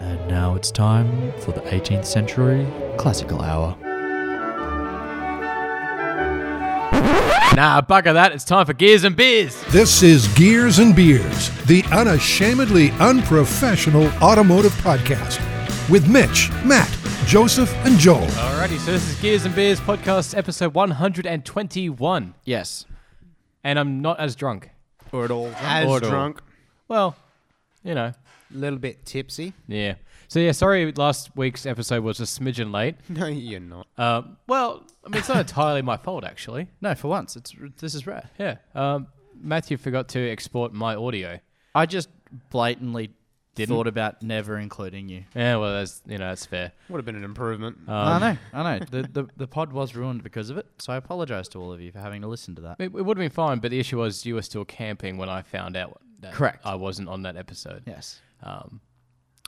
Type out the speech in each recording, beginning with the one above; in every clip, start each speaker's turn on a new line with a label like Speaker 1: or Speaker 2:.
Speaker 1: it's time for the 18th century classical hour. Nah, bugger that. It's time for Gears and Beers.
Speaker 2: This is Gears and Beers, the unashamedly unprofessional automotive podcast with Mitch, Matt, Joseph, and Joel.
Speaker 1: Alrighty, so this is Gears and Beers podcast episode 121.
Speaker 3: Yes.
Speaker 1: And I'm not as drunk.
Speaker 3: Or at all.
Speaker 4: As drunk.
Speaker 1: Well, you know,
Speaker 3: A little bit tipsy.
Speaker 1: yeah. So, yeah, sorry last week's episode was a smidgen late.
Speaker 3: No, you're not.
Speaker 4: Uh,
Speaker 1: Um, well, I mean, it's not entirely my fault, actually.
Speaker 4: No, for once, it's this is rare.
Speaker 1: Yeah. Um, Matthew forgot to export my audio.
Speaker 4: I just blatantly
Speaker 1: Didn't?
Speaker 4: thought about never including you.
Speaker 1: Yeah, well, that's, you know, that's fair.
Speaker 3: Would have been an improvement.
Speaker 1: Um,
Speaker 4: I know, I know. The, the the pod was ruined because of it, so I apologise to all of you for having to listen to that.
Speaker 1: It, it would have been fine, but the issue was you were still camping when I found out that
Speaker 4: Correct.
Speaker 1: I wasn't on that episode,
Speaker 4: Yes,
Speaker 1: um,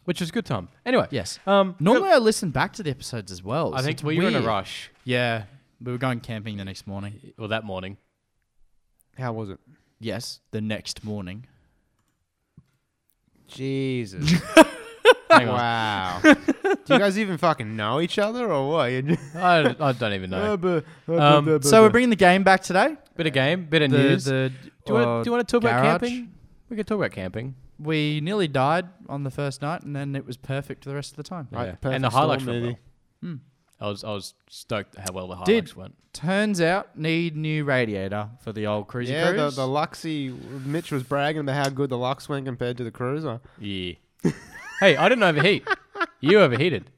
Speaker 1: which was a good time. Anyway,
Speaker 4: yes.
Speaker 1: Um,
Speaker 4: Normally, I listen back to the episodes as well.
Speaker 1: I
Speaker 4: so
Speaker 1: think
Speaker 4: it's
Speaker 1: we were in a
Speaker 4: weird.
Speaker 1: rush.
Speaker 4: Yeah, we were going camping the next morning.
Speaker 1: Well, that morning.
Speaker 3: How was it?
Speaker 4: Yes, the next morning.
Speaker 3: Jesus.
Speaker 1: Hang on.
Speaker 3: wow. Do you guys even fucking know each other or what? You just- uh,
Speaker 1: I, I don't even know. Um,
Speaker 4: So we're bringing Uh, the game back today.
Speaker 1: Bit of game, bit of
Speaker 4: The,
Speaker 1: news.
Speaker 4: the
Speaker 1: do you
Speaker 4: uh,
Speaker 1: want to talk about
Speaker 4: garage.
Speaker 1: camping? We could talk about camping.
Speaker 4: We nearly died on the first night, and then it was perfect the rest of the time.
Speaker 3: Right,
Speaker 1: Yeah.
Speaker 3: perfect
Speaker 1: and the highlights
Speaker 3: storm
Speaker 1: went well.
Speaker 3: movie.
Speaker 1: I was I was stoked at how well the highlights
Speaker 4: Hmm. Did.
Speaker 1: went.
Speaker 4: Turns out, need new radiator for the old cruiser
Speaker 3: yeah, the,
Speaker 4: cruise.
Speaker 3: the Luxy. Mitch was bragging about how good the Lux went compared to the Cruiser.
Speaker 1: Yeah. hey, I didn't overheat. You overheated.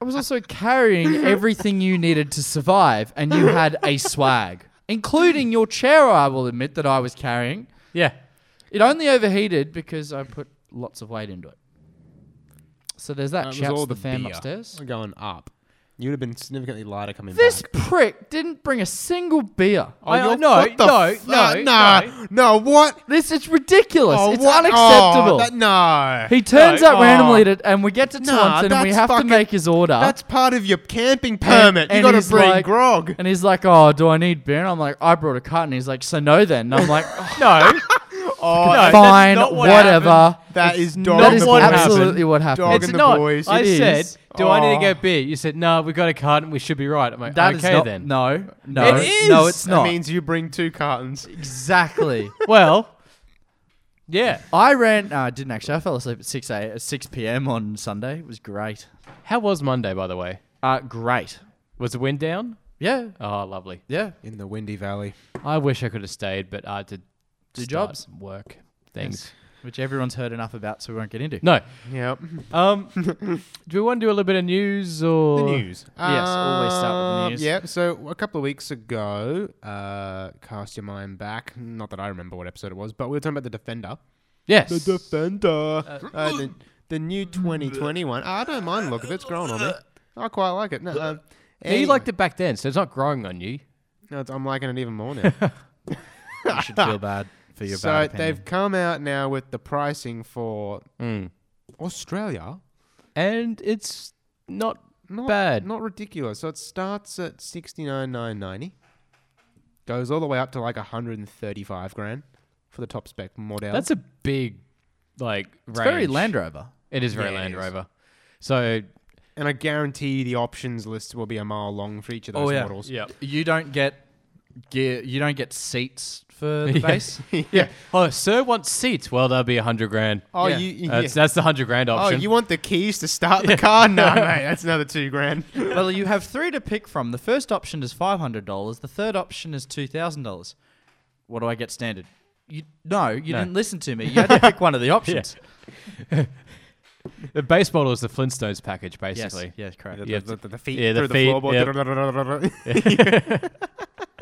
Speaker 4: I was also carrying everything you needed to survive, and you had a swag, including your chair. I will admit that I was carrying.
Speaker 1: Yeah.
Speaker 4: It only overheated because I put lots of weight into it. So there's that.
Speaker 3: That was
Speaker 4: Shouts to
Speaker 3: all
Speaker 4: the,
Speaker 3: the
Speaker 4: fan
Speaker 1: beer.
Speaker 4: upstairs.
Speaker 3: We're going up. You would have been significantly lighter coming
Speaker 4: This
Speaker 3: back.
Speaker 4: prick didn't bring a single beer.
Speaker 3: Oh,
Speaker 1: I-
Speaker 3: you're-
Speaker 1: no,
Speaker 3: what the
Speaker 1: no,
Speaker 3: fu-
Speaker 1: no,
Speaker 3: nah,
Speaker 1: no.
Speaker 3: no, what?
Speaker 4: This it's ridiculous.
Speaker 3: Oh,
Speaker 4: it's
Speaker 3: what?
Speaker 4: unacceptable.
Speaker 3: Oh, that- no.
Speaker 4: he turns
Speaker 1: No,
Speaker 4: up
Speaker 3: oh.
Speaker 4: randomly, to, and we get to
Speaker 3: Nah,
Speaker 4: Taunton, and we
Speaker 3: that's
Speaker 4: have to
Speaker 3: fucking-
Speaker 4: make his order.
Speaker 3: That's part of your camping
Speaker 4: And-
Speaker 3: permit.
Speaker 4: and
Speaker 3: you got
Speaker 4: he's
Speaker 3: to bring
Speaker 4: like-
Speaker 3: grog.
Speaker 4: And he's like, "Oh, do I need beer?" And I'm like, "I brought a cart." And he's like, "So no then." And I'm like,
Speaker 1: No.
Speaker 3: Oh,
Speaker 1: No, that's
Speaker 4: "Fine,
Speaker 1: not what
Speaker 4: whatever."
Speaker 3: that is dog.
Speaker 4: That
Speaker 1: Not
Speaker 4: is
Speaker 1: what happened.
Speaker 4: absolutely what happened.
Speaker 3: Dog
Speaker 1: it's
Speaker 3: and the
Speaker 1: not.
Speaker 3: boys.
Speaker 1: I
Speaker 4: It
Speaker 1: said,
Speaker 4: is. Oh.
Speaker 1: do I need to
Speaker 3: Aw.
Speaker 1: get beer? You said, no, we got a card and we should be right. I'm like,
Speaker 4: That is
Speaker 1: okay
Speaker 4: not-
Speaker 1: then.
Speaker 4: No, no,
Speaker 1: It
Speaker 4: no,
Speaker 1: is.
Speaker 4: it's not.
Speaker 3: That means you bring two cartons.
Speaker 4: exactly.
Speaker 1: Well, yeah.
Speaker 4: I ran. No, I didn't actually. I fell asleep at six a at six p.m. on Sunday. It was great.
Speaker 1: How was Monday, by the way?
Speaker 4: Uh, great.
Speaker 1: Was the wind down?
Speaker 4: Yeah,
Speaker 1: Oh, lovely.
Speaker 4: yeah.
Speaker 3: In the windy valley.
Speaker 1: I wish I could have stayed, but I had to
Speaker 4: Do
Speaker 1: start
Speaker 4: jobs.
Speaker 1: work, things.
Speaker 4: Which everyone's heard enough about, so we won't get into.
Speaker 1: No.
Speaker 3: Yep.
Speaker 1: Um, do we want to do a little bit of news or
Speaker 3: news.
Speaker 4: Yes, always start with the news.
Speaker 3: Yeah, Um, so a couple of weeks ago, uh, cast your mind back. Not that I remember what episode it was, but we were talking about the Defender.
Speaker 1: Yes.
Speaker 3: Defender. the, the new 2021. I don't mind look if it's growing on me. I quite like it. No, um,
Speaker 1: No, you
Speaker 3: anyway.
Speaker 1: liked it back then, so it's not growing on you.
Speaker 3: No, it's- I'm liking it even more now.
Speaker 4: You should feel bad for your
Speaker 3: so
Speaker 4: bad
Speaker 3: they've
Speaker 4: opinion.
Speaker 3: come out now with the pricing for
Speaker 4: Mm.
Speaker 3: Australia.
Speaker 1: And it's not
Speaker 3: Not
Speaker 1: bad.
Speaker 3: Not ridiculous. So it starts at sixty nine nine ninety, goes all the way up to like hundred and thirty five grand for the top spec model.
Speaker 1: That's a big, like,
Speaker 4: It's very
Speaker 1: range.
Speaker 4: Land Rover.
Speaker 1: It is very
Speaker 3: Yeah, it
Speaker 1: Land
Speaker 3: is.
Speaker 1: Rover. So,
Speaker 3: and I guarantee the options list will be a mile long for each of those
Speaker 4: Oh, yeah.
Speaker 3: models.
Speaker 1: yeah.
Speaker 4: You don't get gear. You don't get seats for the base.
Speaker 1: Yeah. Oh, sir wants seats. Well, that'll be a hundred grand.
Speaker 3: Oh,
Speaker 4: Yeah.
Speaker 3: you.
Speaker 1: That's,
Speaker 3: yeah.
Speaker 1: that's the hundred grand
Speaker 3: Oh,
Speaker 1: option.
Speaker 3: you want the keys to start the car? No, mate, that's another two grand.
Speaker 4: well, you have three to pick from. The first option is five hundred dollars. The third option is two thousand dollars. What do I get standard? You no, you
Speaker 1: No.
Speaker 4: didn't listen to me. You had to pick one of the options.
Speaker 1: the base model is the Flintstones package,
Speaker 4: Yes,
Speaker 1: basically.
Speaker 4: yes, correct.
Speaker 3: The,
Speaker 1: Yeah,
Speaker 3: the, the, the feet
Speaker 1: yeah, the
Speaker 3: through the,
Speaker 1: feet,
Speaker 3: floorboard.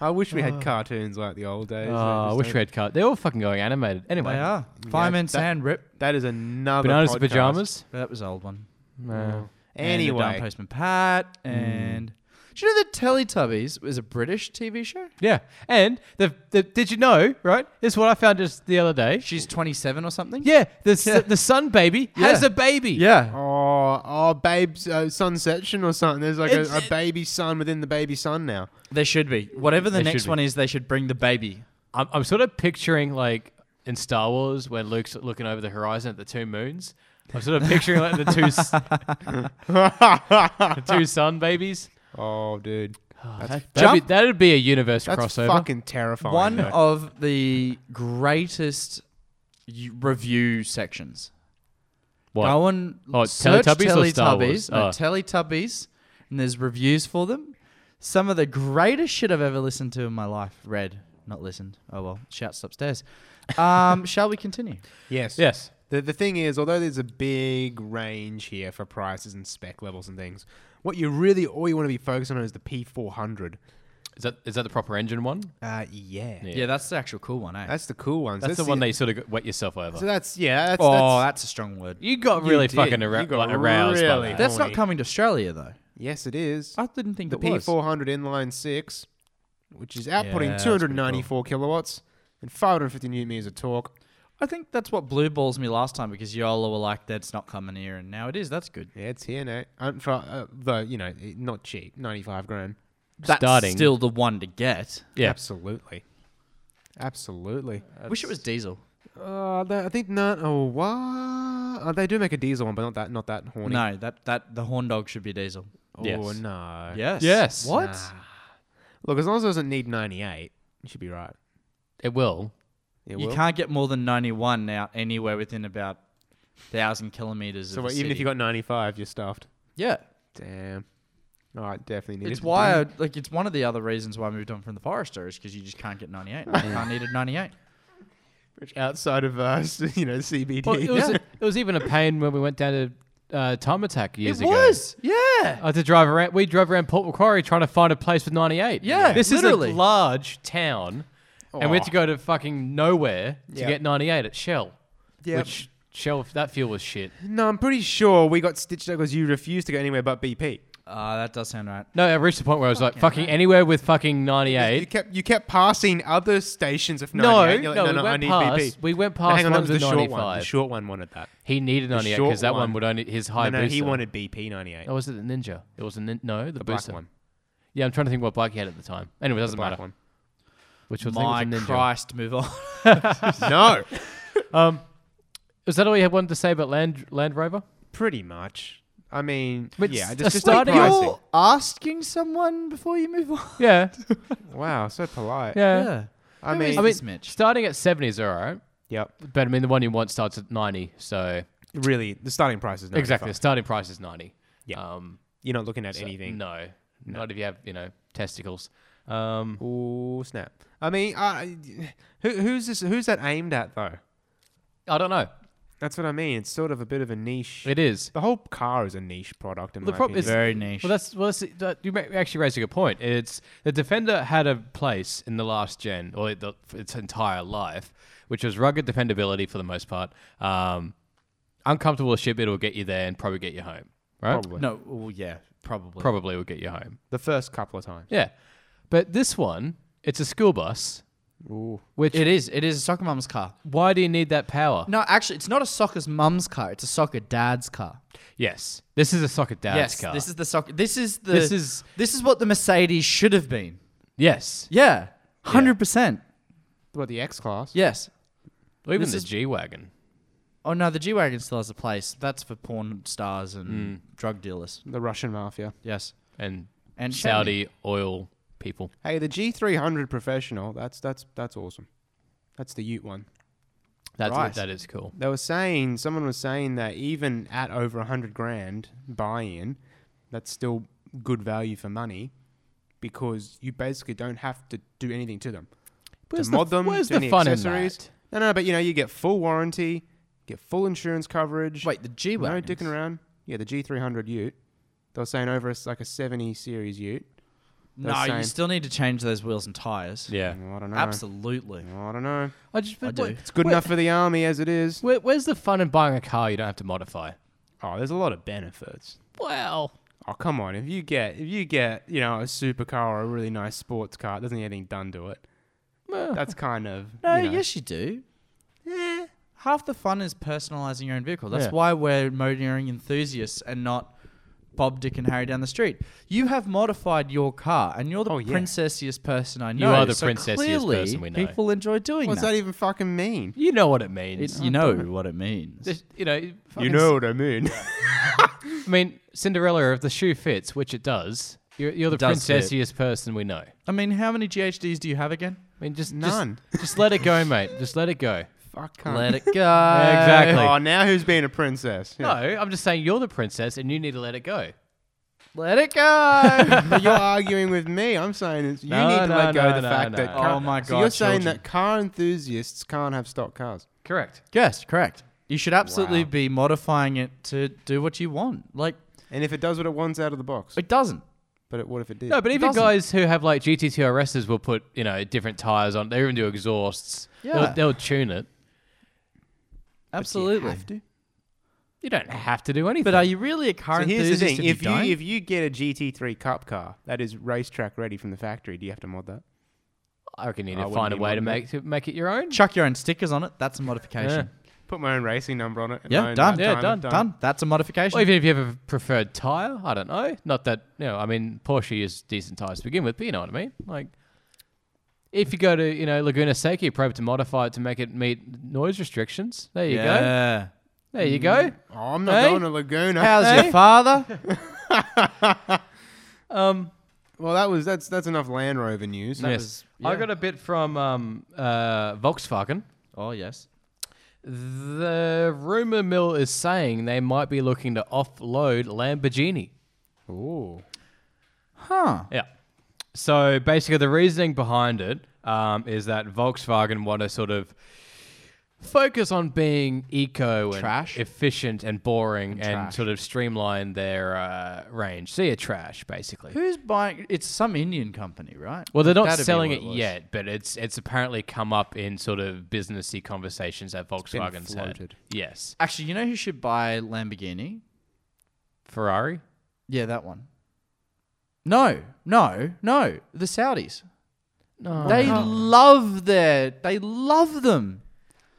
Speaker 3: I wish we had cartoons like the old days.
Speaker 1: Oh,
Speaker 3: They
Speaker 1: I
Speaker 3: just
Speaker 1: wish
Speaker 3: don't-
Speaker 1: we had cut. They're all fucking going animated. Anyway,
Speaker 4: They are. Fireman
Speaker 3: that-
Speaker 4: Sand Rip.
Speaker 3: That is another
Speaker 1: bananas
Speaker 3: podcast.
Speaker 1: and pajamas.
Speaker 4: That was an old one.
Speaker 1: No.
Speaker 4: And the Down
Speaker 3: Anyway,
Speaker 4: Postman Pat and. Do you know that Teletubbies was a British TV show?
Speaker 1: Yeah, and the, the did you know? Right, this is what I found just the other day.
Speaker 4: She's 27 or something?
Speaker 1: Yeah, the s
Speaker 4: Yeah.
Speaker 1: the sun baby has
Speaker 4: Yeah.
Speaker 1: a baby.
Speaker 4: Yeah.
Speaker 3: Oh, oh, babe's uh, sun section or something. There's like a,
Speaker 1: It's-
Speaker 3: a
Speaker 1: it-
Speaker 3: baby sun within the baby sun now.
Speaker 4: They should be. Whatever the
Speaker 1: They should
Speaker 4: next
Speaker 1: be.
Speaker 4: one is, they should bring the baby.
Speaker 1: I'm, I'm sort of picturing like in Star Wars when Luke's looking over the horizon at the two moons. I'm sort of picturing like the two s- the two sun babies.
Speaker 3: Oh, dude.
Speaker 4: That
Speaker 3: That's,
Speaker 1: That'd
Speaker 4: jump
Speaker 1: be, that'd be a universe
Speaker 3: that's
Speaker 1: crossover.
Speaker 3: fucking terrifying.
Speaker 4: one
Speaker 3: though.
Speaker 4: of the greatest y- review sections.
Speaker 1: What?
Speaker 4: Go and
Speaker 1: Oh,
Speaker 4: search
Speaker 1: Teletubbies or Star
Speaker 4: Teletubbies.
Speaker 1: Wars?
Speaker 4: No,
Speaker 1: Oh.
Speaker 4: Teletubbies, and there's reviews for them. Some of the greatest shit I've ever listened to in my life. Read, not listened. Oh well, shouts upstairs. Um, shall we continue?
Speaker 3: Yes.
Speaker 1: Yes.
Speaker 3: The, the thing is, although there's a big range here for prices and spec levels and things, what you really all you want to be focused on is the P400.
Speaker 1: Is that is that the proper engine one?
Speaker 3: Uh, yeah.
Speaker 1: Yeah.
Speaker 4: that's the actual cool one, eh?
Speaker 3: That's the cool ones.
Speaker 1: That's the one they sort of wet yourself over.
Speaker 3: So that's yeah. That's,
Speaker 4: oh,
Speaker 3: that's
Speaker 4: that's a strong word.
Speaker 1: you got really
Speaker 3: did.
Speaker 1: fucking arou-
Speaker 3: You got
Speaker 1: like, aroused.
Speaker 3: really-
Speaker 1: by that.
Speaker 4: That's
Speaker 3: Horny.
Speaker 4: not coming to Australia though.
Speaker 3: yes, it is.
Speaker 4: I didn't think
Speaker 3: the
Speaker 4: it was.
Speaker 3: P400 inline six, which is outputting
Speaker 4: that's pretty
Speaker 3: 294 kilowatts and 550 newton meters of torque.
Speaker 4: I think that's what blue balls me last time because Yola were like, "That's not coming here," and now it is. That's good.
Speaker 3: Yeah, it's here now. Um, for, uh, though you know, it- not cheap. 95 grand.
Speaker 4: That's
Speaker 1: Starting.
Speaker 4: still the one to get.
Speaker 1: Yeah.
Speaker 3: Absolutely. Absolutely.
Speaker 4: Wish it was diesel.
Speaker 3: Uh, they- I think no. Oh, what? Uh, they do make a diesel one, but not that. Not that horny.
Speaker 4: No, that that the horn dog should be diesel.
Speaker 3: Oh
Speaker 1: Yes.
Speaker 3: no.
Speaker 4: Yes.
Speaker 1: Yes.
Speaker 4: What?
Speaker 3: Look, as long as it doesn't need 98, you should be right.
Speaker 1: It will.
Speaker 3: It
Speaker 4: you
Speaker 3: will.
Speaker 4: can't get more than 91 now anywhere within about 1,000 kilometers
Speaker 3: So
Speaker 4: of
Speaker 3: what, even if you got 95, you're stuffed.
Speaker 4: Yeah.
Speaker 3: Damn. All right, definitely need.
Speaker 4: It's
Speaker 3: it.
Speaker 4: why, I, like, it's one of the other reasons why I moved on from the Forester is because you just can't get 98. I can't need a 98.
Speaker 3: Which outside of uh, you know CBD.
Speaker 1: Well, it was it was even a pain when we went down to uh, Time Attack years ago.
Speaker 4: Yeah.
Speaker 1: I had to drive around. We drove around Port Macquarie trying to find a place with 98.
Speaker 4: Yeah,
Speaker 1: this
Speaker 4: literally.
Speaker 1: is a large town, and we had
Speaker 3: Oh.
Speaker 1: to go to fucking nowhere to
Speaker 3: Yep.
Speaker 1: get 98 at Shell.
Speaker 3: Yep.
Speaker 1: Which Shell that fuel was shit.
Speaker 3: no, I'm pretty sure we got stitched up because you refused to go anywhere but BP.
Speaker 4: Ah, that does sound right.
Speaker 1: No, I reached the point where I was like, fucking anywhere with fucking
Speaker 3: You
Speaker 1: 98.
Speaker 3: kept you kept passing other stations of
Speaker 1: No,
Speaker 3: 98. You're like,
Speaker 1: no,
Speaker 3: no,
Speaker 1: we
Speaker 3: no, I
Speaker 1: went
Speaker 3: need
Speaker 1: past-
Speaker 3: BP.
Speaker 1: we went
Speaker 3: No,
Speaker 1: past
Speaker 3: hang on, that
Speaker 1: ones
Speaker 3: was the
Speaker 1: with
Speaker 3: short one. The
Speaker 1: 95.
Speaker 3: short one wanted that.
Speaker 1: He needed 98
Speaker 3: short
Speaker 1: because that one.
Speaker 3: one.
Speaker 1: would only his high
Speaker 3: No, no, he
Speaker 1: booster.
Speaker 3: wanted BP 98.
Speaker 1: Oh, was it a ninja? It was a nin- no, the,
Speaker 3: the black
Speaker 1: booster.
Speaker 3: one.
Speaker 1: Yeah, I'm trying to think what bike he had at the time. Anyway, it doesn't
Speaker 3: Black
Speaker 1: matter.
Speaker 3: one.
Speaker 1: Which was, I
Speaker 4: My
Speaker 1: think it was a ninja.
Speaker 4: Christ, move on.
Speaker 3: no,
Speaker 1: Is that all you had wanted to say about Land Land Rover?
Speaker 3: pretty much. I mean,
Speaker 1: But
Speaker 3: yeah,
Speaker 1: s-
Speaker 3: just,
Speaker 1: a
Speaker 3: just
Speaker 1: starting-
Speaker 3: the pricing.
Speaker 1: You're
Speaker 4: asking someone before you move on.
Speaker 1: Yeah,
Speaker 3: Wow, so polite.
Speaker 1: yeah.
Speaker 4: Yeah.
Speaker 3: I
Speaker 4: Who is
Speaker 3: mean,
Speaker 1: I mean,
Speaker 4: this Mitch?
Speaker 1: starting at 70 is all right,
Speaker 3: yep.
Speaker 1: but I mean, the one you want starts at 90, so
Speaker 3: Really, the starting price is 95.
Speaker 1: exactly, the starting price is 90.
Speaker 3: Yeah.
Speaker 1: Um,
Speaker 3: You're not looking at
Speaker 1: so
Speaker 3: anything.
Speaker 1: No, not if you have, you know, testicles. Um,
Speaker 3: Oh snap! I mean, uh, who, who's this? Who's that aimed at though?
Speaker 1: I don't know.
Speaker 3: That's what I mean. It's sort of a bit of a niche.
Speaker 1: It is.
Speaker 3: the whole car is a niche product in
Speaker 1: The
Speaker 3: my
Speaker 1: problem
Speaker 3: opinion.
Speaker 1: is-
Speaker 4: Very niche.
Speaker 1: Well, that's well. That's, that, you ma- actually raised a good point. It's the Defender had a place in the last gen or the, for its entire life, which was rugged dependability for the most part. Um, uncomfortable as shit, but it'll get you there and probably get you home. Right?
Speaker 3: Probably.
Speaker 4: no, well, yeah, probably.
Speaker 1: Probably will get you home.
Speaker 3: The first couple of times.
Speaker 1: Yeah, but this one, it's a school bus.
Speaker 3: Ooh.
Speaker 1: Which
Speaker 4: It is. It is a soccer mum's car.
Speaker 1: why do you need that power?
Speaker 4: No, actually, it's not a soccer's mum's car. It's a soccer dad's car.
Speaker 1: Yes, this is a soccer dad's
Speaker 4: yes,
Speaker 1: car.
Speaker 4: this is the soccer. This is the.
Speaker 1: This is-
Speaker 4: this is what the Mercedes should have been.
Speaker 1: yes.
Speaker 4: Yeah, hundred percent.
Speaker 3: What the X class?
Speaker 4: Yes.
Speaker 1: Or even
Speaker 4: This
Speaker 1: the
Speaker 4: is-
Speaker 1: G wagon.
Speaker 4: Oh no, the G wagon still has a place. That's for porn stars and drug dealers.
Speaker 3: The Russian mafia.
Speaker 4: Yes.
Speaker 1: and
Speaker 4: And
Speaker 1: Saudi oil people.
Speaker 3: Hey, the G300 Professional. That's that's that's awesome. That's the Ute one.
Speaker 1: That's
Speaker 4: Right.
Speaker 1: that is cool.
Speaker 3: They were saying someone was saying that even at over a hundred grand buy-in, that's still good value for money because you basically don't have to do anything to them.
Speaker 1: Where's
Speaker 3: to
Speaker 1: the-
Speaker 3: mod them,
Speaker 1: where's
Speaker 3: to
Speaker 1: the
Speaker 3: any
Speaker 1: fun in
Speaker 3: accessories.
Speaker 1: that?
Speaker 3: No, no, but you know you get full warranty, get full insurance coverage.
Speaker 4: Wait, the G
Speaker 3: no
Speaker 4: wagon.
Speaker 3: dicking around. Yeah, the G300 Ute. They were saying over a s like a 70 series Ute.
Speaker 4: No,
Speaker 3: They're
Speaker 4: you
Speaker 3: saying-
Speaker 4: still need to change those wheels and tires.
Speaker 1: Yeah,
Speaker 3: Well, I don't know.
Speaker 4: Absolutely.
Speaker 3: Well, I don't know.
Speaker 1: I just
Speaker 4: I
Speaker 1: but
Speaker 4: do.
Speaker 1: what-
Speaker 3: It's good
Speaker 1: where-
Speaker 3: enough for the army as it is.
Speaker 1: Where, where's the fun in buying a car you don't have to modify?
Speaker 3: Oh, there's a lot of benefits.
Speaker 1: Well,
Speaker 3: Oh come on! If you get if you get you know a supercar or a really nice sports car, it doesn't get anything done to it. That's kind of
Speaker 4: No,
Speaker 3: you know,
Speaker 4: yes, you do. Yeah. Half the fun is personalizing your own vehicle. That's
Speaker 1: Yeah.
Speaker 4: why we're motoring enthusiasts and not Bob, Dick, and Harry down the street. You have modified your car, and you're the
Speaker 3: Oh, yeah.
Speaker 4: princessiest person I know.
Speaker 1: You are the
Speaker 4: so
Speaker 1: princessiest
Speaker 4: clearly
Speaker 1: person we know.
Speaker 4: People enjoy doing
Speaker 3: What's
Speaker 4: that.
Speaker 3: that even fucking mean?
Speaker 1: You know what it means.
Speaker 4: It's- you know what it means.
Speaker 1: This- you know,
Speaker 3: You
Speaker 1: fucking
Speaker 3: know what I mean?
Speaker 1: I mean, Cinderella, if the shoe fits, which it does, you're, you're the
Speaker 4: does fit.
Speaker 1: princessiest person we know. I
Speaker 4: I mean, how many GHDs do you have again?
Speaker 1: mean, just just-
Speaker 3: None.
Speaker 1: Just, let it go, mate. Just let it go.
Speaker 3: Fuck. cunt.
Speaker 4: Let it go.
Speaker 1: Exactly.
Speaker 3: Oh, now who's being a princess?
Speaker 1: No,
Speaker 3: Yeah.
Speaker 1: I'm just saying you're the princess and you need to let it go.
Speaker 4: Let it go.
Speaker 3: But you're arguing with me. I'm saying it's, you
Speaker 1: No,
Speaker 3: need to
Speaker 1: no,
Speaker 3: let go
Speaker 1: no,
Speaker 3: of the
Speaker 1: no,
Speaker 3: fact
Speaker 1: no.
Speaker 3: that. Car-
Speaker 4: Oh my
Speaker 3: So you're
Speaker 4: God,
Speaker 3: saying
Speaker 4: children.
Speaker 3: that car enthusiasts can't have stock cars?
Speaker 1: Correct.
Speaker 4: yes, correct. You should absolutely
Speaker 1: Wow.
Speaker 4: be modifying it to do what you want. Like,
Speaker 3: And if it does what it wants out of the box,
Speaker 4: it doesn't.
Speaker 3: but it, what if it did?
Speaker 1: No, but even
Speaker 4: doesn't.
Speaker 1: guys who have like GT2RSs will put, you know, different tires on. They even do exhausts.
Speaker 4: Yeah.
Speaker 1: They'll, they'll tune it.
Speaker 4: Absolutely.
Speaker 1: You don't have to do anything.
Speaker 4: But are you really a car
Speaker 3: So here's the
Speaker 4: enthusiast
Speaker 3: thing: if you,
Speaker 4: don't?
Speaker 3: if you get a GT3 Cup car that is racetrack ready from the factory, do you have to mod that?
Speaker 1: I reckon you
Speaker 3: I
Speaker 1: need to
Speaker 3: wouldn't
Speaker 1: find a
Speaker 3: need
Speaker 1: way to
Speaker 3: one, mate.
Speaker 1: make to make it your own.
Speaker 4: chuck your own stickers on it, that's a modification.
Speaker 3: Put my own racing number on it. and
Speaker 4: Yeah,
Speaker 3: my own
Speaker 4: done.
Speaker 3: time
Speaker 1: Yeah,
Speaker 3: and
Speaker 1: done,
Speaker 4: Done. That's a modification.
Speaker 1: Or even if you have a preferred tire, I don't know. Not that you know. I mean, Porsche is decent tires to begin with, but you know what I mean. Like, if you go to you know Laguna Seca, you probably have to modify it to make it meet noise restrictions. There you go.
Speaker 4: yeah.
Speaker 1: There you go.
Speaker 3: Oh, I'm not
Speaker 1: Hey?
Speaker 3: going to Laguna.
Speaker 4: How's
Speaker 1: Hey.
Speaker 4: your father?
Speaker 1: Um,
Speaker 3: well, that was that's that's enough Land Rover news.
Speaker 1: yes,
Speaker 4: was-
Speaker 1: I
Speaker 4: yeah.
Speaker 1: got a bit from um, uh, Volkswagen.
Speaker 4: oh yes.
Speaker 1: The rumor mill is saying they might be looking to offload Lamborghini.
Speaker 3: Ooh.
Speaker 4: Huh.
Speaker 1: Yeah. So basically, the reasoning behind it um, is that Volkswagen want to sort of focus on being eco and
Speaker 4: Trash.
Speaker 1: efficient and boring and,
Speaker 4: trash.
Speaker 1: sort of streamline their uh, range. So yeah, trash basically.
Speaker 4: Who's buying it's some Indian company, right?
Speaker 1: Well, they're not
Speaker 4: That'd be
Speaker 1: selling
Speaker 4: what
Speaker 1: it,
Speaker 4: was.
Speaker 1: yet, but it's it's apparently come up in sort of businessy conversations that Volkswagen's had.
Speaker 3: floated.
Speaker 1: Yes,
Speaker 4: Actually, you know who should buy Lamborghini?
Speaker 1: Ferrari.
Speaker 4: Yeah, that one. No, no, no. The Saudis.
Speaker 1: No.
Speaker 4: they love their they love them.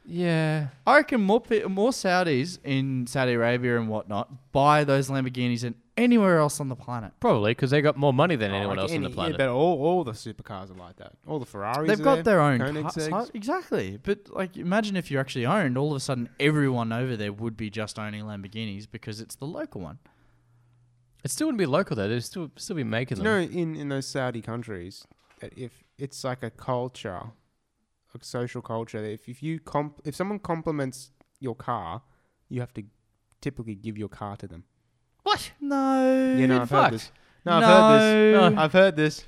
Speaker 1: yeah.
Speaker 4: I reckon more pe- more Saudis in Saudi Arabia and whatnot buy those Lamborghinis than anywhere else on the planet.
Speaker 1: Probably because they got more money than anyone
Speaker 3: Oh, Like
Speaker 1: else on
Speaker 3: any-
Speaker 1: the planet.
Speaker 3: Yeah, but all, all the supercars are like that. All the Ferraris.
Speaker 4: They've
Speaker 3: are
Speaker 4: got
Speaker 3: there,
Speaker 4: their own
Speaker 3: Koenigseggs.
Speaker 4: cars, huh? exactly. But like, imagine if you actually owned. All of a sudden, everyone over there would be just owning Lamborghinis because it's the local one.
Speaker 1: it still wouldn't be local though. They'd still still be making
Speaker 3: You
Speaker 1: them.
Speaker 3: know, in, in those Saudi countries, that if it's like a culture, a social culture, that if, if you comp- if someone compliments your car, you have to typically give your car to them.
Speaker 1: What?
Speaker 4: No,
Speaker 3: You know, I've heard
Speaker 1: fuck?
Speaker 3: this. No, I've heard this.
Speaker 4: No.
Speaker 3: I've heard this.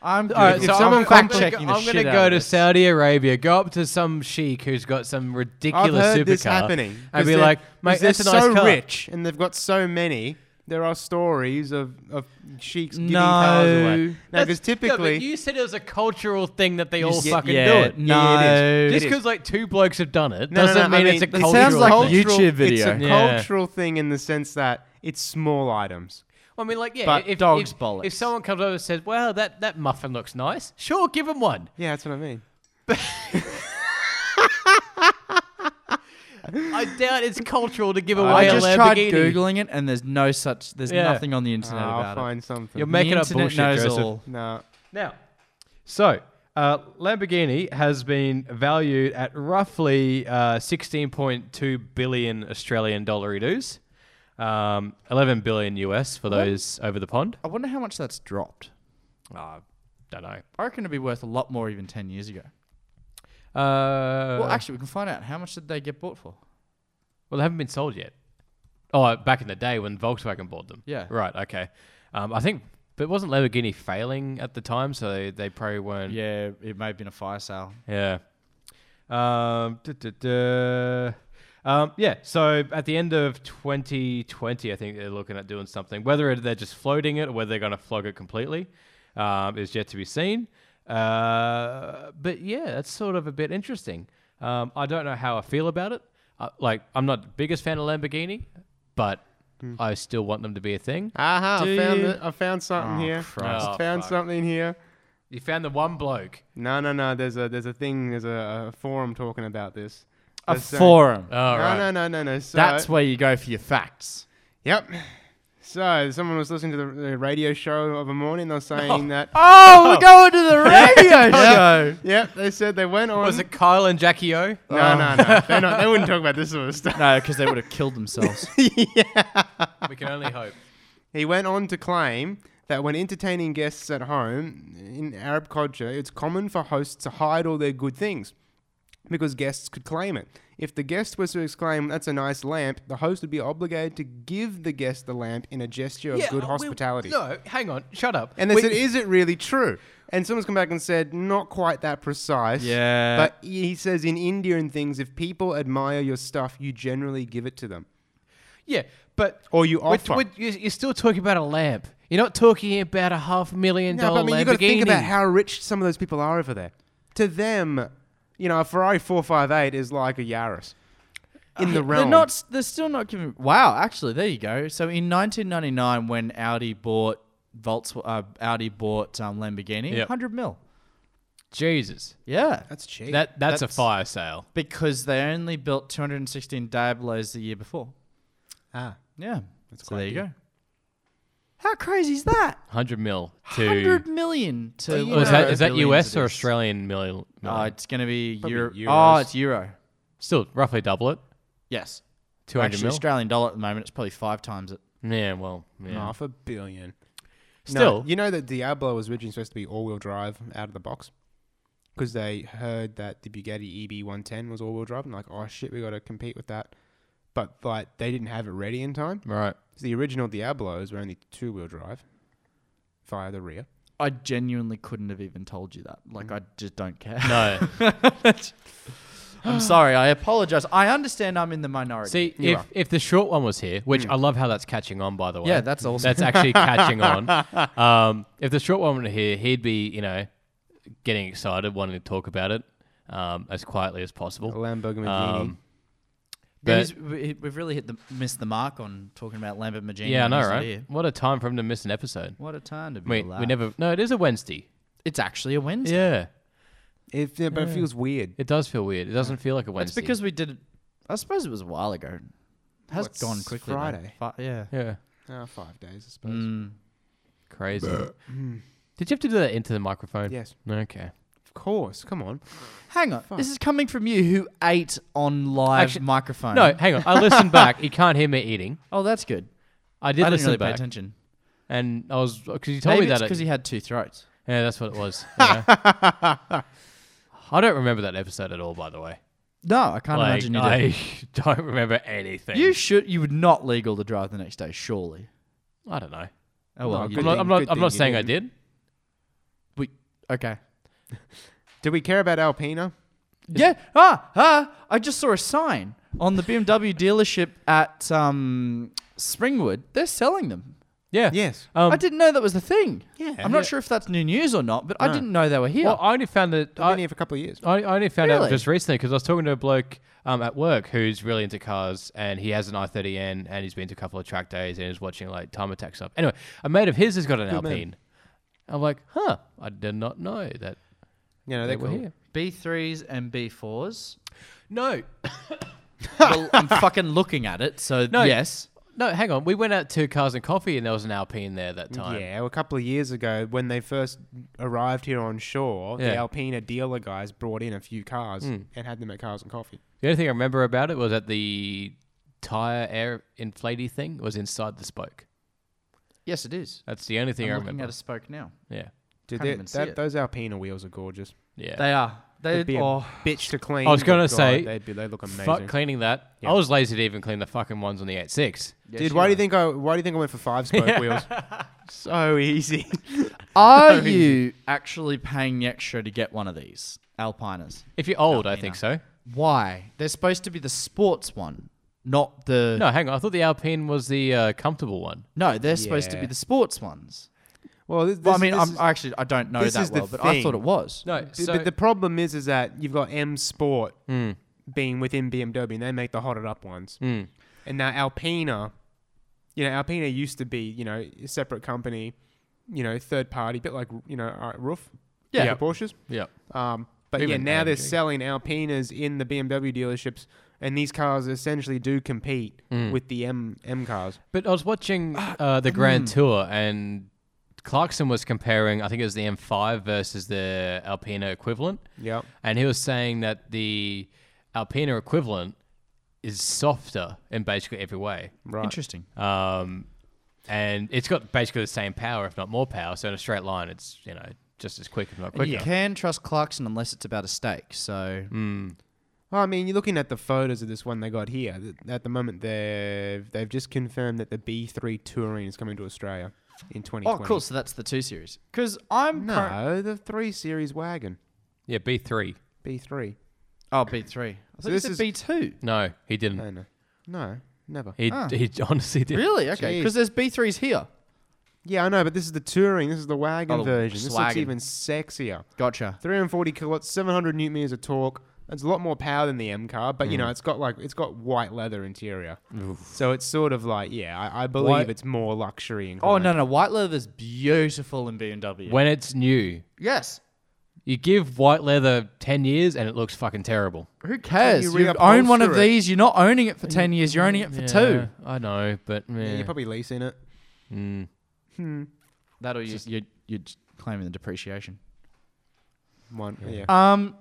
Speaker 4: I'm
Speaker 1: All right,
Speaker 4: good.
Speaker 3: If
Speaker 1: so
Speaker 4: I'm
Speaker 1: someone
Speaker 3: someone
Speaker 4: fact
Speaker 1: fact
Speaker 3: compli-
Speaker 4: checking the
Speaker 1: I'm
Speaker 4: shit
Speaker 1: gonna
Speaker 4: out
Speaker 1: go
Speaker 4: of
Speaker 1: to
Speaker 4: this.
Speaker 1: Saudi Arabia, go up to some sheik who's got some
Speaker 3: I've
Speaker 1: ridiculous
Speaker 3: heard
Speaker 1: supercar,
Speaker 3: this happening.
Speaker 1: and
Speaker 3: 'Cause
Speaker 1: be
Speaker 3: they're-
Speaker 1: like, "Mate,
Speaker 3: 'cause they're
Speaker 1: that's a nice
Speaker 3: so
Speaker 1: car."
Speaker 3: rich, and they've got so many. There are stories of, of sheiks giving
Speaker 4: No.
Speaker 3: cars away. No,
Speaker 1: That's-
Speaker 3: because
Speaker 1: Yeah, but
Speaker 3: typically,
Speaker 1: you said it was a cultural thing that they all
Speaker 3: s- yeah,
Speaker 1: fucking
Speaker 4: yeah,
Speaker 1: do it.
Speaker 4: No,
Speaker 3: it is.
Speaker 1: Just because like two blokes have done it
Speaker 3: No, no,
Speaker 1: doesn't
Speaker 3: no, I
Speaker 1: mean, it's a
Speaker 3: mean, it
Speaker 1: cultural.
Speaker 4: sounds like
Speaker 1: thing.
Speaker 4: you- YouTube video.
Speaker 3: It's a
Speaker 1: Yeah.
Speaker 3: cultural thing in the sense that it's small items.
Speaker 1: Well, I mean, like yeah,
Speaker 3: But
Speaker 1: if,
Speaker 4: dog's
Speaker 1: if,
Speaker 4: bollocks.
Speaker 1: if someone comes over and says, "Well, that that muffin looks nice," sure, give him one.
Speaker 3: Yeah, that's what I mean.
Speaker 1: I doubt it's cultural to give away
Speaker 4: I
Speaker 1: a
Speaker 4: just
Speaker 1: Lamborghini.
Speaker 4: tried googling it, and there's no such. There's
Speaker 1: Yeah.
Speaker 4: nothing on the internet
Speaker 3: I'll
Speaker 4: about it.
Speaker 3: find something.
Speaker 1: You're making
Speaker 4: the
Speaker 1: up
Speaker 4: internet
Speaker 1: bullshit,
Speaker 4: knows
Speaker 1: Joseph.
Speaker 4: all.
Speaker 3: no,
Speaker 1: Now, so uh, Lamborghini has been valued at roughly uh, 16.2 billion Australian dollar dues, um, 11 billion US for those over the pond.
Speaker 4: I wonder how much that's dropped. Ah,
Speaker 1: Uh, don't know.
Speaker 4: I reckon it'd be worth a lot more even ten years ago.
Speaker 1: Uh,
Speaker 4: well, actually, we can find out how much did they get bought for.
Speaker 1: well, they haven't been sold yet. Oh, back in the day when Volkswagen bought them.
Speaker 4: Yeah.
Speaker 1: Right. Okay. Um, I think, but wasn't Lamborghini failing at the time, so they, they probably weren't.
Speaker 4: Yeah, it may have been a fire sale.
Speaker 1: Yeah. Um, duh, duh, duh. Um, yeah, so at the end of 2020, I think they're looking at doing something. Whether they're just floating it or whether they're going to flog it completely um, is yet to be seen. Uh, but yeah, that's sort of a bit interesting. Um, I don't know how I feel about it. Uh, like, I'm not the biggest fan of Lamborghini, but
Speaker 3: Hmm.
Speaker 1: I still want them to be a thing.
Speaker 3: aha!
Speaker 4: Do
Speaker 3: I found
Speaker 4: you-
Speaker 3: it. I found something
Speaker 4: Oh,
Speaker 3: here.
Speaker 4: Christ.
Speaker 1: Oh,
Speaker 3: I found
Speaker 1: fuck.
Speaker 3: something here.
Speaker 1: You found the one bloke.
Speaker 3: No, no, no. There's a there's a thing. There's a, a forum talking about this.
Speaker 4: A
Speaker 3: They're saying-
Speaker 4: forum.
Speaker 1: All
Speaker 3: No,
Speaker 1: right.
Speaker 3: no, no, no, no. So,
Speaker 4: That's where you go for your facts.
Speaker 3: Yep. So someone was listening to the, the radio show of a morning. They were saying that.
Speaker 4: Oh, we're going to the radio show.
Speaker 3: Yeah, they said they went on.
Speaker 1: Was it Oh. Kyle and Jackie O?
Speaker 3: No, no, no. They're not, they wouldn't talk about this sort of stuff.
Speaker 4: No, because they would have killed themselves.
Speaker 1: We can only hope.
Speaker 3: He went on to claim that when entertaining guests at home in Arab culture, it's common for hosts to hide all their good things because guests could claim it. If the guest was to exclaim, "That's a nice lamp," the host would be obligated to give the guest the lamp in a gesture of good hospitality.
Speaker 1: no, hang on, shut up.
Speaker 3: And they said, "Is it really true?" And someone's come back and said, "Not quite that precise."
Speaker 4: Yeah.
Speaker 3: But he says in India and things, if people admire your stuff, you generally give it to them.
Speaker 1: yeah, but
Speaker 3: Or you
Speaker 1: we're-
Speaker 3: offer.
Speaker 1: we're- you're you're still talking about a lamp. You're not talking about a half million
Speaker 3: No,
Speaker 1: dollar
Speaker 3: but I mean, you got to
Speaker 1: Lamborghini.
Speaker 3: think about how rich some of those people are over there. To them, you know, a Ferrari 458 is like a Yaris in the realm.
Speaker 4: They're not. s- They're still not giving. Wow, actually, there you go. So in 1999, when Audi bought Volts, uh, Audi bought um, Lamborghini,
Speaker 1: Yep.
Speaker 4: 100 mil.
Speaker 1: Jesus,
Speaker 4: Yeah,
Speaker 3: That's cheap.
Speaker 1: that that's, a
Speaker 4: That's-
Speaker 1: fire sale.
Speaker 4: because they only built 216 Diablos the year before.
Speaker 3: ah.
Speaker 4: Yeah,
Speaker 3: That's
Speaker 4: so there
Speaker 3: quite
Speaker 4: you
Speaker 3: dear.
Speaker 4: go. How crazy is that?
Speaker 1: Hundred mil to.
Speaker 4: 100 million to.
Speaker 1: Oh, is that is that
Speaker 4: billions
Speaker 1: US
Speaker 4: it
Speaker 1: or
Speaker 4: is.
Speaker 1: Australian million?
Speaker 3: Uh,
Speaker 4: Oh, it's gonna be
Speaker 3: Probably
Speaker 4: Euro.
Speaker 3: Euros.
Speaker 4: Oh, it's Euro.
Speaker 1: Still roughly double it.
Speaker 4: Yes.
Speaker 1: Two hundred
Speaker 4: Actually,
Speaker 1: mil.
Speaker 4: Australian dollar at the moment, it's probably five times it.
Speaker 1: yeah, well, yeah.
Speaker 3: Half a billion.
Speaker 1: Still,
Speaker 3: No, you know that Diablo was originally supposed to be all wheel drive out of the box? Because they heard that the Bugatti E EB110 was all wheel drive. And like, oh shit, we got to compete with that. But like, they didn't have it ready in time.
Speaker 1: right?
Speaker 3: So the original Diablos were only two wheel drive via the rear.
Speaker 4: I genuinely couldn't have even told you that. Like, I
Speaker 1: Mm.
Speaker 4: just don't care.
Speaker 1: No.
Speaker 4: I'm sorry. I apologize. I understand I'm in the minority.
Speaker 1: See,
Speaker 3: You
Speaker 1: if
Speaker 3: are. Hmm.
Speaker 1: if the short one was here, which I love how that's catching on, by the way.
Speaker 4: Yeah, that's awesome.
Speaker 1: That's actually catching on. Um, if the short one were here, he'd be, you know, getting excited, wanting to talk about it um, as quietly as
Speaker 3: A
Speaker 4: Oh,
Speaker 1: possible.
Speaker 3: Lamborghini.
Speaker 1: Um,
Speaker 4: Yeah,
Speaker 1: but-
Speaker 4: he's- we- we've really hit the missed the mark on talking about Lamborghini.
Speaker 1: yeah, I
Speaker 4: when
Speaker 1: know,
Speaker 4: he's not
Speaker 1: right?
Speaker 4: here.
Speaker 1: What a time for him to miss an episode.
Speaker 4: What a time to be
Speaker 1: We,
Speaker 4: alive.
Speaker 1: we never. No, it is a Wednesday.
Speaker 4: It's actually a Wednesday.
Speaker 1: Yeah,
Speaker 3: If, yeah, but it feels weird.
Speaker 1: Mm. it does feel weird. It doesn't feel like a
Speaker 4: That's
Speaker 1: Wednesday.
Speaker 4: because we did. it I suppose it was a while ago. It has
Speaker 3: Well, it's
Speaker 4: gone quickly. though.
Speaker 3: Friday.
Speaker 4: Fi- yeah.
Speaker 1: yeah,
Speaker 3: Ah, five days, I suppose.
Speaker 4: Mm.
Speaker 1: crazy. Did you have to do that into the microphone?
Speaker 3: Yes,
Speaker 1: Okay.
Speaker 3: of course. Come on.
Speaker 4: Hang on. This is coming from you who ate on live
Speaker 1: Actually-
Speaker 4: microphone.
Speaker 1: No, hang on. I listened back. You can't hear me eating.
Speaker 4: Oh, that's good.
Speaker 1: I did
Speaker 4: I didn't
Speaker 1: listen
Speaker 4: really pay
Speaker 1: back,
Speaker 4: attention.
Speaker 1: and I was because you told
Speaker 4: Maybe
Speaker 1: me that
Speaker 4: it's
Speaker 1: it-
Speaker 4: because he had two throats.
Speaker 1: Yeah, that's what it was. you know? I don't remember that episode at all, by the way.
Speaker 4: No, I can't
Speaker 1: Like,
Speaker 4: imagine you
Speaker 1: I
Speaker 4: did.
Speaker 1: don't remember anything.
Speaker 4: You should. You would not legal to drive the next day, surely.
Speaker 1: I don't know.
Speaker 4: Oh well. you
Speaker 3: No, good
Speaker 4: did.
Speaker 1: I'm not,
Speaker 3: thing-
Speaker 1: I'm not,
Speaker 3: good
Speaker 1: I'm not
Speaker 3: thing you
Speaker 1: saying I did.
Speaker 4: We, okay.
Speaker 3: Do we care about Alpina?
Speaker 4: Yeah. Ah, ah. I just saw a sign on the BMW dealership at um, Springwood. They're selling them.
Speaker 1: Yeah.
Speaker 3: Yes.
Speaker 1: Um,
Speaker 4: I didn't know that was the thing.
Speaker 3: Yeah.
Speaker 4: I'm not sure if that's new news or not, but I didn't know they were here.
Speaker 1: Well, I only found that.
Speaker 3: I've been
Speaker 1: I,
Speaker 3: here for a couple of years.
Speaker 1: I I only found out
Speaker 4: Really?
Speaker 1: just recently because I was talking to a bloke um, at work who's really into cars and he has an i30N and he's been to a couple of track days and is watching like time attack stuff. Anyway, a mate of his has got an
Speaker 3: Good man.
Speaker 1: Alpine. I'm like, huh, I did not know that
Speaker 3: You know,
Speaker 1: they
Speaker 3: they
Speaker 1: were
Speaker 3: cool.
Speaker 1: here.
Speaker 4: B3s and B4s.
Speaker 1: No,
Speaker 4: well, I'm fucking looking at it, so
Speaker 1: No.
Speaker 4: yes.
Speaker 1: No, hang on. We went out to Cars and Coffee, and there was an Alpine there that time.
Speaker 3: Yeah, well, a couple of years ago when they first arrived here on shore,
Speaker 1: Yeah. Mm.
Speaker 3: the Alpina dealer guys brought in a few cars and had them at Cars and Coffee.
Speaker 1: The only thing I remember about it was that the tire air inflatey thing was inside the spoke.
Speaker 4: Yes, it is.
Speaker 1: That's the only thing i
Speaker 4: I'm looking
Speaker 1: remember.
Speaker 4: at a spoke now.
Speaker 1: yeah,
Speaker 3: Dude,
Speaker 4: Can't
Speaker 3: they-
Speaker 4: even see
Speaker 3: that-
Speaker 4: it.
Speaker 3: those Alpina wheels are gorgeous.
Speaker 1: yeah.
Speaker 4: They are. They
Speaker 3: They'd be a
Speaker 4: oh,
Speaker 3: bitch to clean.
Speaker 1: I was gonna
Speaker 3: but
Speaker 1: say,
Speaker 3: they'd be, they look amazing.
Speaker 1: Fuck cleaning that.
Speaker 3: Yeah.
Speaker 1: I was lazy to even clean the fucking ones on the 8.6.
Speaker 4: yes,
Speaker 3: Dude, why do you think I why do you think I went for five spoke wheels? So easy.
Speaker 4: Are you actually paying the extra to get one of these Alpiners?
Speaker 1: If you're old, I think so.
Speaker 4: Why? They're supposed to be the sports one, not the.
Speaker 1: No, hang on. I thought the Alpine was the uh, comfortable one.
Speaker 4: No, they're supposed to be
Speaker 3: Yeah.
Speaker 4: the sports ones.
Speaker 3: Well, this,
Speaker 4: Well, I
Speaker 3: this-
Speaker 4: mean,
Speaker 3: this
Speaker 4: I'm
Speaker 3: is-
Speaker 4: actually I don't know
Speaker 3: this is
Speaker 4: that
Speaker 3: the
Speaker 4: well, but I
Speaker 3: thing.
Speaker 4: thought it was.
Speaker 1: No,
Speaker 3: B-
Speaker 1: so Hmm.
Speaker 3: but the problem is, is that you've got M Sport being within BMW, and they make the hotted up ones. And now Alpina, you know, Alpina used to be, you know, a separate company, you know, third party, bit like you know, uh, Roof,
Speaker 4: Yeah.
Speaker 3: the Porsches.
Speaker 1: yeah.
Speaker 3: Um, but yeah,
Speaker 1: Even
Speaker 3: now they're
Speaker 1: AMG.
Speaker 3: selling Alpinas in the BMW dealerships, and these cars essentially do compete
Speaker 1: Hmm.
Speaker 3: with the M M cars.
Speaker 1: But I was watching
Speaker 3: Ah,
Speaker 1: uh,
Speaker 3: mm.
Speaker 1: the Grand Tour, and Clarkson was comparing, I think it was the M5 versus the Alpina equivalent,
Speaker 3: Yeah,
Speaker 1: and he was saying that the Alpina equivalent is softer in basically every way,
Speaker 3: right.
Speaker 4: Interesting.
Speaker 1: um, and it's got basically the same power, if not more power. So in a straight line, it's you know just as quick, if not quicker.
Speaker 4: You can trust Clarkson unless it's about a steak. So
Speaker 3: Well, I mean, you're looking at the photos of this one they got here. Th- At the moment, they've they've just confirmed that the B3 Touring is coming to Australia in 2020.
Speaker 4: oh, cool. So that's the two series. Because I'm current-
Speaker 3: No, the three series wagon
Speaker 1: Yeah, B three.
Speaker 3: B3.
Speaker 4: oh B three. I thought you
Speaker 3: this
Speaker 4: said
Speaker 3: is-
Speaker 4: B two.
Speaker 1: No, he didn't.
Speaker 3: No, no, no, never.
Speaker 1: He he honestly did.
Speaker 4: Really? Okay.
Speaker 3: Jeez.
Speaker 4: Because there's B threes here.
Speaker 3: Yeah, I know, but this is the touring. This is the wagon
Speaker 4: Oh, the
Speaker 3: version. This looks
Speaker 4: swaggin'.
Speaker 3: even sexier.
Speaker 4: Gotcha.
Speaker 3: 340 kilowatts, 700 newton meters of torque. That's a lot more power than the M car, but
Speaker 4: Mm.
Speaker 3: you know, it's got like it's got white leather interior. So it's sort of like, yeah, I, I believe
Speaker 1: White-
Speaker 3: it's more luxury.
Speaker 4: Oh
Speaker 3: Inclined.
Speaker 4: no no, white leather's beautiful in BMW.
Speaker 1: When it's new,
Speaker 4: yes.
Speaker 1: you give white leather ten years, and it looks fucking terrible.
Speaker 4: Who cares?
Speaker 3: you
Speaker 4: You, own one of
Speaker 3: reupholster it?
Speaker 4: these. You're not owning it for ten years. You're owning it for two.
Speaker 1: I know, but
Speaker 3: Yeah,
Speaker 1: yeah.
Speaker 3: you're probably leasing it.
Speaker 4: That'll you you you're claiming the depreciation.
Speaker 3: One, yeah,
Speaker 4: Um,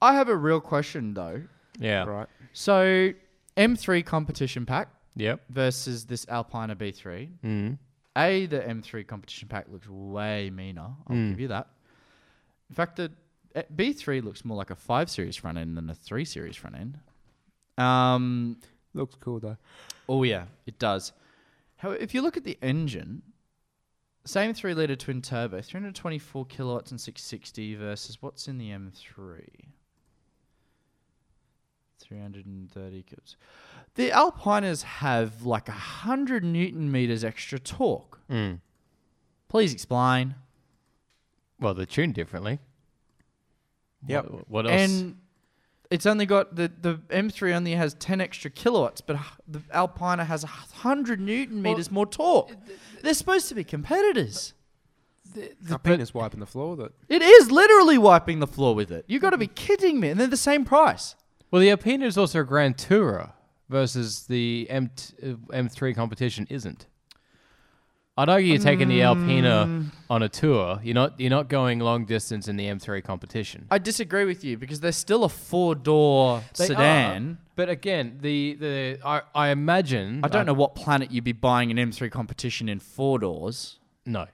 Speaker 4: I have a real question though.
Speaker 1: yeah.
Speaker 3: right.
Speaker 4: So M3 competition pack
Speaker 1: Yep.
Speaker 4: versus this Alpina B3.
Speaker 1: Mm.
Speaker 4: A, the M3 competition pack looks way meaner. I'll give you that. In fact, the eh, B3 looks more like a 5 series front end than a 3 series front end. Um,
Speaker 3: Looks cool though.
Speaker 4: oh, yeah, it does. How, if you look at the engine, same 3 litre twin turbo, 324 kilowatts and 660 versus what's in the M3? 330 kilowatts. The Alpinas have like 100 newton meters extra torque.
Speaker 1: Mm.
Speaker 4: Please explain.
Speaker 1: Well, they're tuned differently.
Speaker 3: Yep.
Speaker 1: What, what else?
Speaker 4: And it's only got the, the M3 only has 10 extra kilowatts, but h- the Alpina has 100 newton meters more torque. They're supposed to be competitors.
Speaker 3: Our penis wiping the floor with it.
Speaker 4: It is literally wiping the floor with it. You've got to be kidding me. And they're the same price.
Speaker 1: well, the Alpina is also a Grand Tourer versus the M M3 competition isn't. I'd argue you're taking the Alpina on a tour. You're not you're not going long distance in the M3 competition.
Speaker 4: I disagree with you because they're still a four door
Speaker 1: They
Speaker 4: sedan.
Speaker 1: are, but again, the the I, I imagine
Speaker 4: I don't know what planet you'd be buying an M3 competition in four doors.
Speaker 1: No.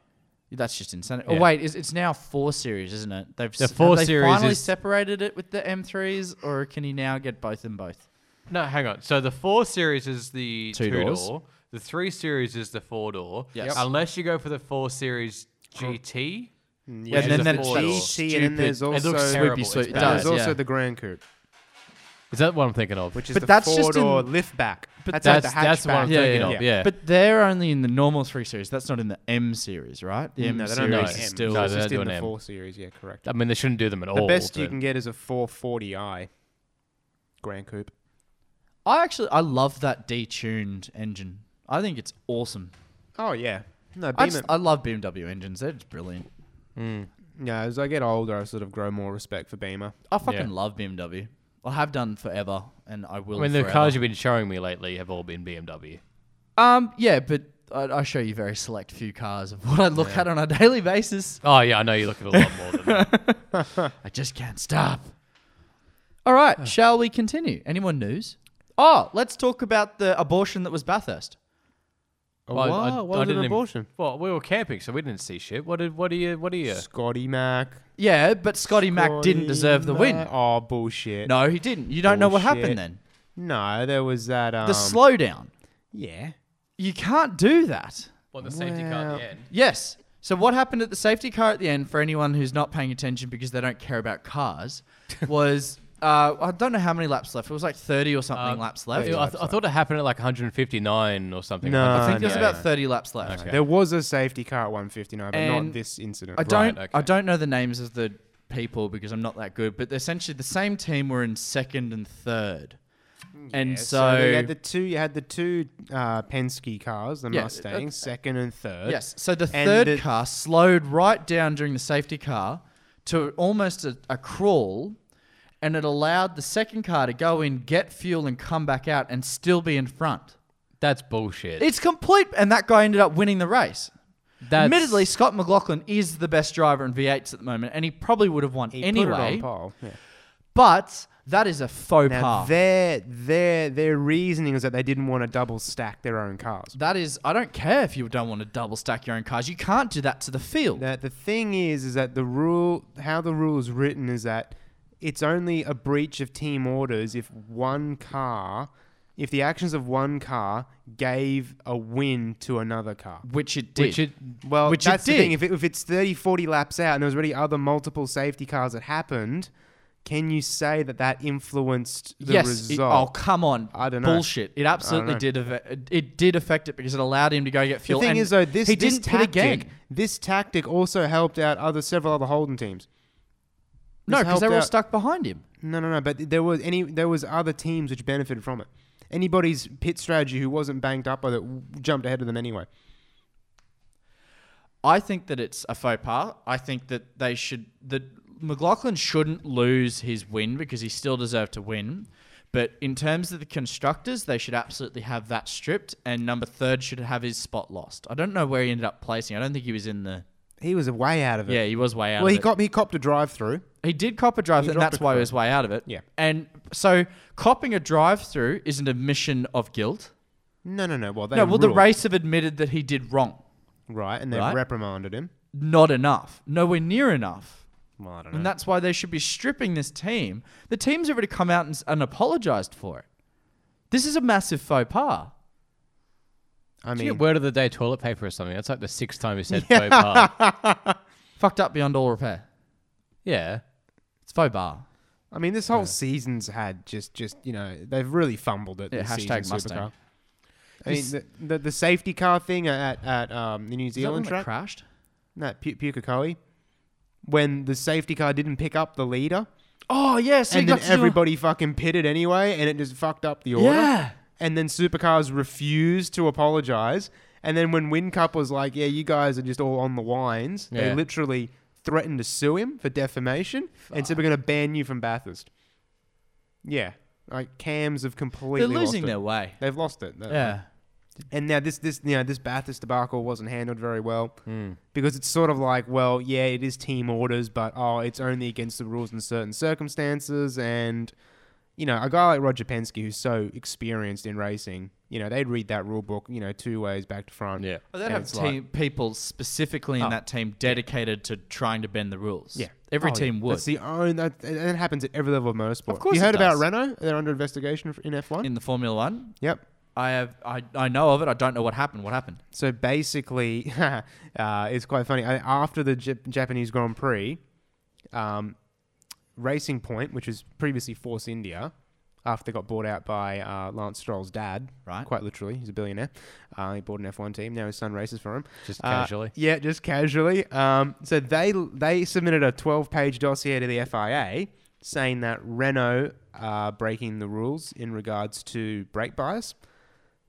Speaker 4: That's just insane.
Speaker 1: Yeah.
Speaker 4: Oh wait, is it's now four series, isn't it? They've
Speaker 1: The
Speaker 4: s- have
Speaker 1: four
Speaker 4: they
Speaker 1: series
Speaker 4: finally
Speaker 1: is-
Speaker 4: separated it with the M3s, or can you now get both and both?
Speaker 1: No, hang on. So the four series is the two,
Speaker 4: Two doors.
Speaker 1: door. The three series is the four door.
Speaker 4: Yes. Yep.
Speaker 1: Unless you go for the four series GT.
Speaker 4: Yeah,
Speaker 1: which
Speaker 4: and then
Speaker 1: is a
Speaker 4: then
Speaker 1: four door.
Speaker 4: it's
Speaker 3: GT, and then there's
Speaker 1: It looks
Speaker 3: also- Swoopy
Speaker 1: terrible.
Speaker 4: swoop.
Speaker 1: It's
Speaker 4: It
Speaker 1: bad.
Speaker 4: does.
Speaker 3: There's also
Speaker 4: yeah.
Speaker 3: the Grand Coupe,
Speaker 1: Is that what I'm thinking of?
Speaker 3: which is
Speaker 4: But
Speaker 3: the
Speaker 4: that's just
Speaker 3: four-door
Speaker 4: in-
Speaker 3: liftback.
Speaker 4: but
Speaker 3: like
Speaker 1: that's that's the one I'm
Speaker 3: hatchback.
Speaker 4: Yeah,
Speaker 1: thinking
Speaker 4: yeah,
Speaker 1: of.
Speaker 3: yeah.
Speaker 1: Yeah.
Speaker 4: But they're only in the normal three series. That's not in the M series, right? The M
Speaker 3: Mm, No, they don't
Speaker 4: series
Speaker 1: do
Speaker 3: make
Speaker 1: it
Speaker 4: is
Speaker 3: M.
Speaker 4: still.
Speaker 1: No,
Speaker 3: it's
Speaker 1: they
Speaker 3: just
Speaker 1: don't do an
Speaker 3: in the
Speaker 1: M.
Speaker 3: four series. Yeah, correct.
Speaker 1: I mean, they shouldn't do them at
Speaker 3: The
Speaker 1: all.
Speaker 3: best you
Speaker 1: but-
Speaker 3: can get is a 440i Grand Coupe.
Speaker 4: I actually I love that detuned engine. I think it's awesome.
Speaker 3: Oh yeah, no,
Speaker 4: I,
Speaker 3: Beamer.
Speaker 4: just, I love BMW engines. They're just brilliant.
Speaker 3: yeah, as I get older, I sort of grow more respect for Beamer.
Speaker 4: I fucking
Speaker 1: Yeah.
Speaker 4: love BMW. I have done forever, and I will.
Speaker 1: I mean, the
Speaker 4: forever.
Speaker 1: cars you've been showing me lately have all been BMW.
Speaker 4: Um, yeah, but I, I show you very select few cars of what I look at on a daily basis.
Speaker 1: Oh yeah, I know you look at a lot more than that.
Speaker 4: I just can't stop. All right, shall we continue? Any more news? Oh, let's talk about the abortion that was Bathurst.
Speaker 3: Oh,
Speaker 1: Well,
Speaker 3: wow, what was an
Speaker 1: didn't even-
Speaker 3: abortion?
Speaker 1: well, we were camping, so we didn't see shit. What did? What do you? What do you?
Speaker 3: Scotty Mac.
Speaker 4: Yeah, but Scotty Mack didn't
Speaker 3: Scotty
Speaker 4: deserve the win.
Speaker 3: Mac. Oh bullshit.
Speaker 4: No, he didn't. You don't know what
Speaker 3: Bullshit.
Speaker 4: happened then.
Speaker 3: no, there was that. Um,
Speaker 4: The slowdown.
Speaker 3: Yeah.
Speaker 4: You can't do that.
Speaker 1: Well, the safety car at
Speaker 3: Well-
Speaker 1: the end.
Speaker 4: Yes. So what happened at the safety car at the end for anyone who's not paying attention because they don't care about cars was uh, I don't know how many laps left. It was like 30 or something
Speaker 1: Uh,
Speaker 4: laps left.
Speaker 1: I, th- I thought it happened at like 159 or something.
Speaker 3: No,
Speaker 4: I think
Speaker 3: no,
Speaker 4: there's
Speaker 3: no.
Speaker 4: about 30 laps left.
Speaker 1: Okay.
Speaker 3: There was a safety car at 159, but
Speaker 4: And
Speaker 3: not this incident.
Speaker 4: I don't
Speaker 1: okay.
Speaker 4: I don't know the names of the people because I'm not that good, but essentially the same team were in second and third. and
Speaker 3: Mm, Yeah,
Speaker 4: so,
Speaker 3: you had the two, you had the two uh, Penske cars, the
Speaker 4: Yeah,
Speaker 3: Mustang,
Speaker 4: uh,
Speaker 3: second and third.
Speaker 4: Yes. So the
Speaker 3: And
Speaker 4: third
Speaker 3: the-
Speaker 4: car slowed right down during the safety car to almost a, a crawl. and it allowed the second car to go in, get fuel, and come back out and still be in front.
Speaker 1: That's bullshit.
Speaker 4: It's complete, and that guy ended up winning the race.
Speaker 1: That's,
Speaker 4: Admittedly, Scott McLaughlin is the best driver in V8s at the moment, and he probably would have won
Speaker 3: He put it
Speaker 4: anyway.
Speaker 3: on pole. Yeah.
Speaker 4: But that is a faux
Speaker 3: Now
Speaker 4: pas.
Speaker 3: their their their reasoning was that they didn't want to double stack their own cars.
Speaker 4: That is, I don't care if you don't want to double stack your own cars. You can't do that to the field.
Speaker 3: That the thing is, is that the rule, how the rule is written, is that it's only a breach of team orders if one car, if the actions of one car gave a win to another car.
Speaker 4: Which it did.
Speaker 1: which it,
Speaker 3: Well,
Speaker 4: Which it
Speaker 3: that's the thing.
Speaker 4: did.
Speaker 3: If, it, if it's 30, 40 laps out and there was already other multiple safety cars that happened, can you say that that influenced the
Speaker 4: yes. it- oh,
Speaker 3: result?
Speaker 4: come on.
Speaker 3: I don't know.
Speaker 4: Bullshit. It absolutely
Speaker 3: know.
Speaker 4: did. Affect, it did affect it because it allowed him to go get
Speaker 3: the
Speaker 4: fuel.
Speaker 3: thing
Speaker 4: and
Speaker 3: is, though, this,
Speaker 4: he
Speaker 3: this
Speaker 4: didn't
Speaker 3: tactic,
Speaker 4: pit again.
Speaker 3: this tactic also helped out other several other Holden teams.
Speaker 4: No,
Speaker 3: This
Speaker 4: because they
Speaker 3: helped
Speaker 4: were all
Speaker 3: out-
Speaker 4: stuck behind him.
Speaker 3: No, no, no. But there was any there was other teams which benefited from it. Anybody's pit strategy who wasn't banked up by that w- jumped ahead of them anyway.
Speaker 4: I think that it's a faux pas. I think that they should that McLaughlin shouldn't lose his win because he still deserved to win. But in terms of the constructors, they should absolutely have that stripped, and number third should have his spot lost. I don't know where he ended up placing. I don't think he was in the.
Speaker 3: He was way out of it.
Speaker 4: Yeah, he was way out.
Speaker 3: Well,
Speaker 4: of
Speaker 3: he
Speaker 4: it.
Speaker 3: cop he copped a drive through.
Speaker 4: He did cop a drive, and
Speaker 3: dropped
Speaker 4: that's
Speaker 3: a
Speaker 4: why he was way out of it.
Speaker 3: Yeah.
Speaker 4: And so copping a drive through is an admission of guilt.
Speaker 3: No, no, no. Well, they
Speaker 4: no, well, the
Speaker 3: ruled,
Speaker 4: race have admitted that he did wrong.
Speaker 3: right, and they
Speaker 4: Right.
Speaker 3: reprimanded him.
Speaker 4: Not enough. Nowhere near enough.
Speaker 3: Well, I don't know.
Speaker 4: And that's why they should be stripping this team. The team's already come out and, s- and apologized for it. This is a massive faux pas.
Speaker 3: I
Speaker 1: Did you
Speaker 3: mean,
Speaker 1: get word of the day toilet paper or something? That's like the sixth time you said faux pas.
Speaker 4: Fucked up beyond all repair.
Speaker 1: Yeah.
Speaker 4: It's faux pas.
Speaker 3: I mean, this whole season's had just, just you know, they've really fumbled it.
Speaker 4: Yeah,
Speaker 3: this
Speaker 4: hashtag
Speaker 3: season,
Speaker 4: Mustang.
Speaker 3: Supercar. I mean, the, the, the safety car thing at at um, the New
Speaker 4: Is that one
Speaker 3: Zealand
Speaker 4: that
Speaker 3: track,
Speaker 4: crashed?
Speaker 3: no, Pu- Pukekohe, when the safety car didn't pick up the leader,
Speaker 4: Oh, yeah. So
Speaker 3: and
Speaker 4: you
Speaker 3: then
Speaker 4: got to do a-
Speaker 3: everybody fucking pitted anyway, and it just fucked up the order.
Speaker 4: Yeah.
Speaker 3: And then supercars refused to apologize. And then when Win Cup was like, "Yeah, you guys are just all on the wines,"
Speaker 1: Yeah.
Speaker 3: they literally threatened to sue him for defamation, and said, "We're going to ban you from Bathurst." Yeah, like cams have completely
Speaker 4: They're
Speaker 3: lost
Speaker 4: losing
Speaker 3: it.
Speaker 4: their way.
Speaker 3: They've lost it.
Speaker 4: Yeah.
Speaker 3: And now this this you know this Bathurst debacle wasn't handled very well because it's sort of like well yeah it is team orders but oh it's only against the rules in certain circumstances and you know a guy like Roger Penske who's so experienced in racing you know they'd read that rule book you know two ways back to front
Speaker 1: Yeah.
Speaker 4: But they'd
Speaker 3: And
Speaker 4: have
Speaker 3: it's like-
Speaker 4: team, people specifically in that team dedicated to trying to bend the rules.
Speaker 3: yeah
Speaker 4: Every
Speaker 3: Oh, yeah.
Speaker 4: team would.
Speaker 3: that's the only that and it happens at every level of motorsport
Speaker 4: Of course
Speaker 3: you
Speaker 4: it
Speaker 3: heard
Speaker 4: does.
Speaker 3: about Renault they're under investigation f- in F one
Speaker 4: in the Formula One,
Speaker 3: yep
Speaker 4: I have I, I know of it. I don't know what happened. What happened?
Speaker 3: So basically, uh, it's quite funny. I, after the Jap- Japanese Grand Prix, um, Racing Point, which was previously Force India, after they got bought out by uh, Lance Stroll's dad,
Speaker 4: Right.
Speaker 3: Quite literally, he's a billionaire. Uh, he bought an F1 team. Now his son races for him.
Speaker 1: Just
Speaker 3: Uh,
Speaker 1: casually.
Speaker 3: yeah, just casually. Um, so they they submitted a 12 page dossier to the FIA saying that Renault are breaking the rules in regards to brake bias.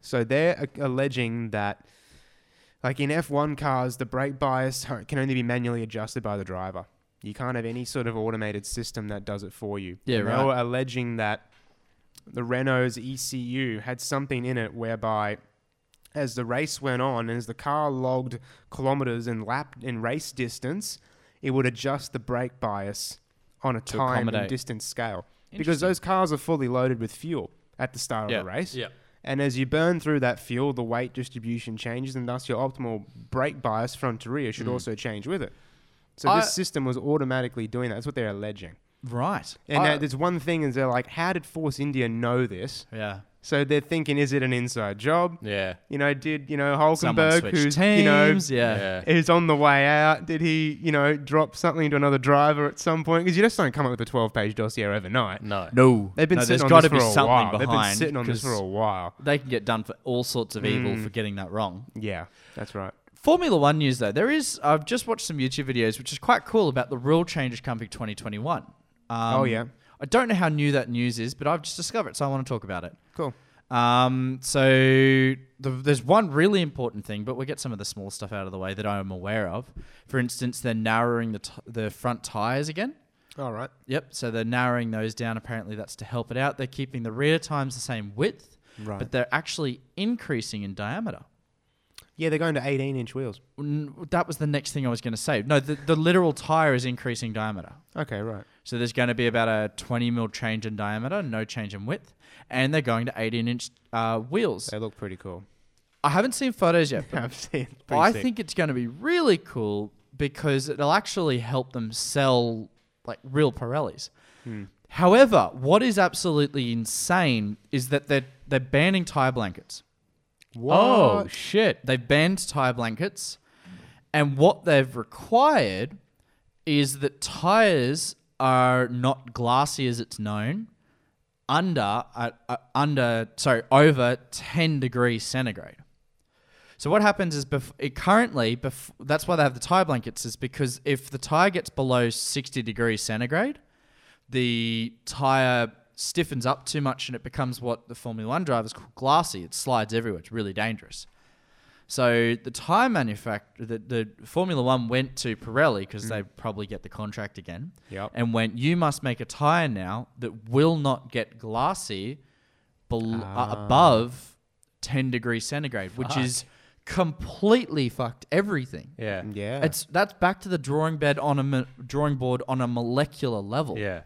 Speaker 3: So they're a- alleging that, like in F1 cars, the brake bias ho- can only be manually adjusted by the driver. You can't have any sort of automated system that does it for you.
Speaker 4: Yeah,
Speaker 3: And
Speaker 4: right.
Speaker 3: They were alleging that the Renault's ECU had something in it whereby as the race went on, as the car logged kilometers in lap in race distance, it would adjust the brake bias on a time
Speaker 4: accommodate.
Speaker 3: and distance scale because those cars are fully loaded with fuel at the start
Speaker 4: Yeah.
Speaker 3: of the race.
Speaker 1: Yeah.
Speaker 3: And as you burn through that fuel, the weight distribution changes, and thus your optimal brake bias front to rear should also change with it. So
Speaker 4: Mm. I-
Speaker 3: this system was automatically doing that. That's what they're alleging.
Speaker 4: Right.
Speaker 3: And
Speaker 4: I-
Speaker 3: now there's one thing is they're like, how did Force India know this?
Speaker 4: yeah.
Speaker 3: So they're thinking, is it an inside job?
Speaker 1: Yeah.
Speaker 3: You know, did you know
Speaker 4: Someone
Speaker 3: Hulkenberg,
Speaker 4: switched
Speaker 3: who's
Speaker 4: teams.
Speaker 3: you know
Speaker 4: yeah.
Speaker 1: Yeah.
Speaker 3: is on the way out? Did he you know drop something to another driver at some point? Because you just don't come up with a twelve-page dossier overnight.
Speaker 1: No.
Speaker 4: No,
Speaker 3: They've been
Speaker 4: no,
Speaker 3: sitting
Speaker 4: there's
Speaker 3: on
Speaker 4: got
Speaker 3: this
Speaker 4: to
Speaker 3: for
Speaker 4: be
Speaker 3: a
Speaker 4: something
Speaker 3: while.
Speaker 4: behind.
Speaker 3: They've been sitting on this for
Speaker 4: 'cause
Speaker 3: a while.
Speaker 4: They can get done for all sorts of
Speaker 3: Mm.
Speaker 4: evil for getting that wrong.
Speaker 3: Yeah, that's right.
Speaker 4: Formula One news though, there is. I've just watched some YouTube videos, which is quite cool about the rule changes coming 2021. Um,
Speaker 3: Oh, yeah.
Speaker 4: I don't know how new that news is, but I've just discovered, it, so I want to talk about it.
Speaker 3: Cool.
Speaker 4: Um, so the, there's one really important thing, but we'll get some of the small stuff out of the way that I am aware of. For instance, they're narrowing the t- the front tires again.
Speaker 3: All right.
Speaker 4: Yep. So they're narrowing those down. Apparently, that's to help it out. They're keeping the rear times the same width,
Speaker 3: Right.
Speaker 4: but they're actually increasing in diameter.
Speaker 3: yeah, they're going to 18 inch wheels.
Speaker 4: N- That was the next thing I was going to say. No, the, the literal tire is increasing diameter.
Speaker 3: Okay, right.
Speaker 4: So there's going to be about a 20 mil change in diameter, no change in width, and they're going to 18 inch uh, wheels.
Speaker 3: They look pretty cool.
Speaker 4: I haven't seen photos yet, but
Speaker 3: I've seen. pretty
Speaker 4: I
Speaker 3: sick.
Speaker 4: think it's going to be really cool because it'll actually help them sell like real Pirellis. However, what is absolutely insane is that they're they're banning tire blankets.
Speaker 1: Oh shit!
Speaker 4: They've banned tire blankets, and what they've required is that tires are not glassy as it's known under uh, uh, under sorry over 10 degrees centigrade. So what happens is bef- it currently bef- that's why they have the tire blankets is because if the tire gets below 60 degrees centigrade, the tire stiffens up too much and it becomes what the Formula 1 drivers call glassy. It slides everywhere. It's really dangerous. So the tire manufacturer, the, the Formula One went to Pirelli because they probably get the contract again,
Speaker 3: Yep.
Speaker 4: and went, "You must make a tire now that will not get glassy bel- uh, above 10 degrees centigrade, which is completely fucked everything.
Speaker 1: Yeah,
Speaker 3: Yeah.
Speaker 4: It's that's back to the drawing bed on a mo- drawing board on a molecular level.
Speaker 1: yeah.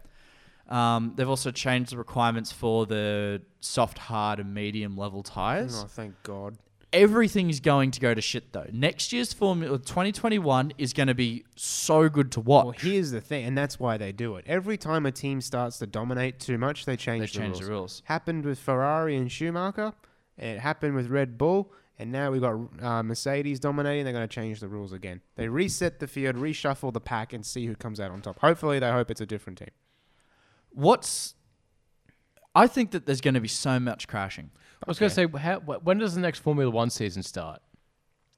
Speaker 4: Um, they've also changed the requirements for the soft, hard, and medium level tires
Speaker 3: oh, thank God.
Speaker 4: everything's going to go to shit though. Next year's Formula 2021 is going to be so good to watch.
Speaker 3: Well, here's the thing, and that's why they do it. Every time a team starts to dominate too much, they change,
Speaker 4: They
Speaker 3: the,
Speaker 4: change
Speaker 3: rules.
Speaker 4: the rules.
Speaker 3: Happened with Ferrari and Schumacher, and it happened with Red Bull, and now we've got uh, Mercedes dominating. They're going to change the rules again. They reset the field, reshuffle the pack, and see who comes out on top. Hopefully, they hope it's a different team.
Speaker 4: What's I think that there's going to be so much crashing.
Speaker 1: I was gonna say, how, wh- when does the next Formula One season start?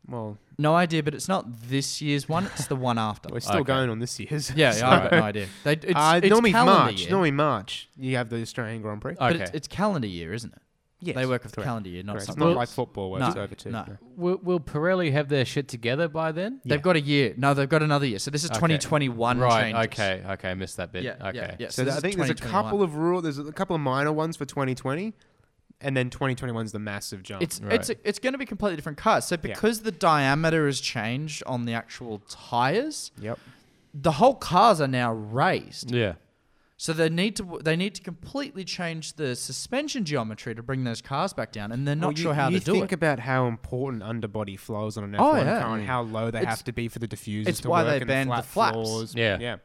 Speaker 3: Well,
Speaker 4: No idea, but it's not this year's one. It's the one after.
Speaker 3: we're still
Speaker 1: Okay.
Speaker 3: going on this year's.
Speaker 4: yeah, yeah, I've got
Speaker 1: Sorry.
Speaker 4: no idea. They, it's,
Speaker 3: uh,
Speaker 4: it's
Speaker 3: normally
Speaker 4: calendar
Speaker 3: March.
Speaker 4: year,
Speaker 3: Normally March, you have the Australian Grand Prix.
Speaker 4: but
Speaker 1: Okay,
Speaker 4: it's, it's calendar year, isn't it?
Speaker 3: yes,
Speaker 4: they work with
Speaker 3: correct.
Speaker 4: calendar year, not
Speaker 3: Correct. It's
Speaker 4: something.
Speaker 3: not
Speaker 4: else.
Speaker 3: like football where
Speaker 4: No,
Speaker 3: it's over two.
Speaker 4: no.
Speaker 1: will, will Pirelli have their shit together by then?
Speaker 4: They've got a year. No, they've got another year. So this is 2021.
Speaker 1: Right.
Speaker 4: changes.
Speaker 1: Okay. Okay. I missed that bit.
Speaker 4: Yeah.
Speaker 1: okay.
Speaker 4: Yeah. yeah.
Speaker 3: So
Speaker 4: this
Speaker 3: I
Speaker 4: is
Speaker 3: think there's a
Speaker 4: 2021.
Speaker 3: couple of rule. There's a couple of minor ones for 2020, and then 2021 is the massive jump.
Speaker 4: It's it's it's going to be completely different cars. So because the diameter has changed on the actual tires,
Speaker 3: yep.
Speaker 4: the whole cars are now raised.
Speaker 1: Yeah.
Speaker 4: So they need to they need to completely change the suspension geometry to bring those cars back down, and they're not
Speaker 3: Well, you,
Speaker 4: sure how
Speaker 3: you
Speaker 4: to do
Speaker 3: think
Speaker 4: it.
Speaker 3: about how important underbody flows on an F1
Speaker 4: Oh, yeah.
Speaker 3: car and how low they
Speaker 4: It's-
Speaker 3: have to be for the diffusers
Speaker 4: it's
Speaker 3: to
Speaker 4: why
Speaker 3: work
Speaker 4: they
Speaker 3: and
Speaker 4: banned the flaps.
Speaker 3: flat floors.
Speaker 1: Yeah.
Speaker 3: yeah.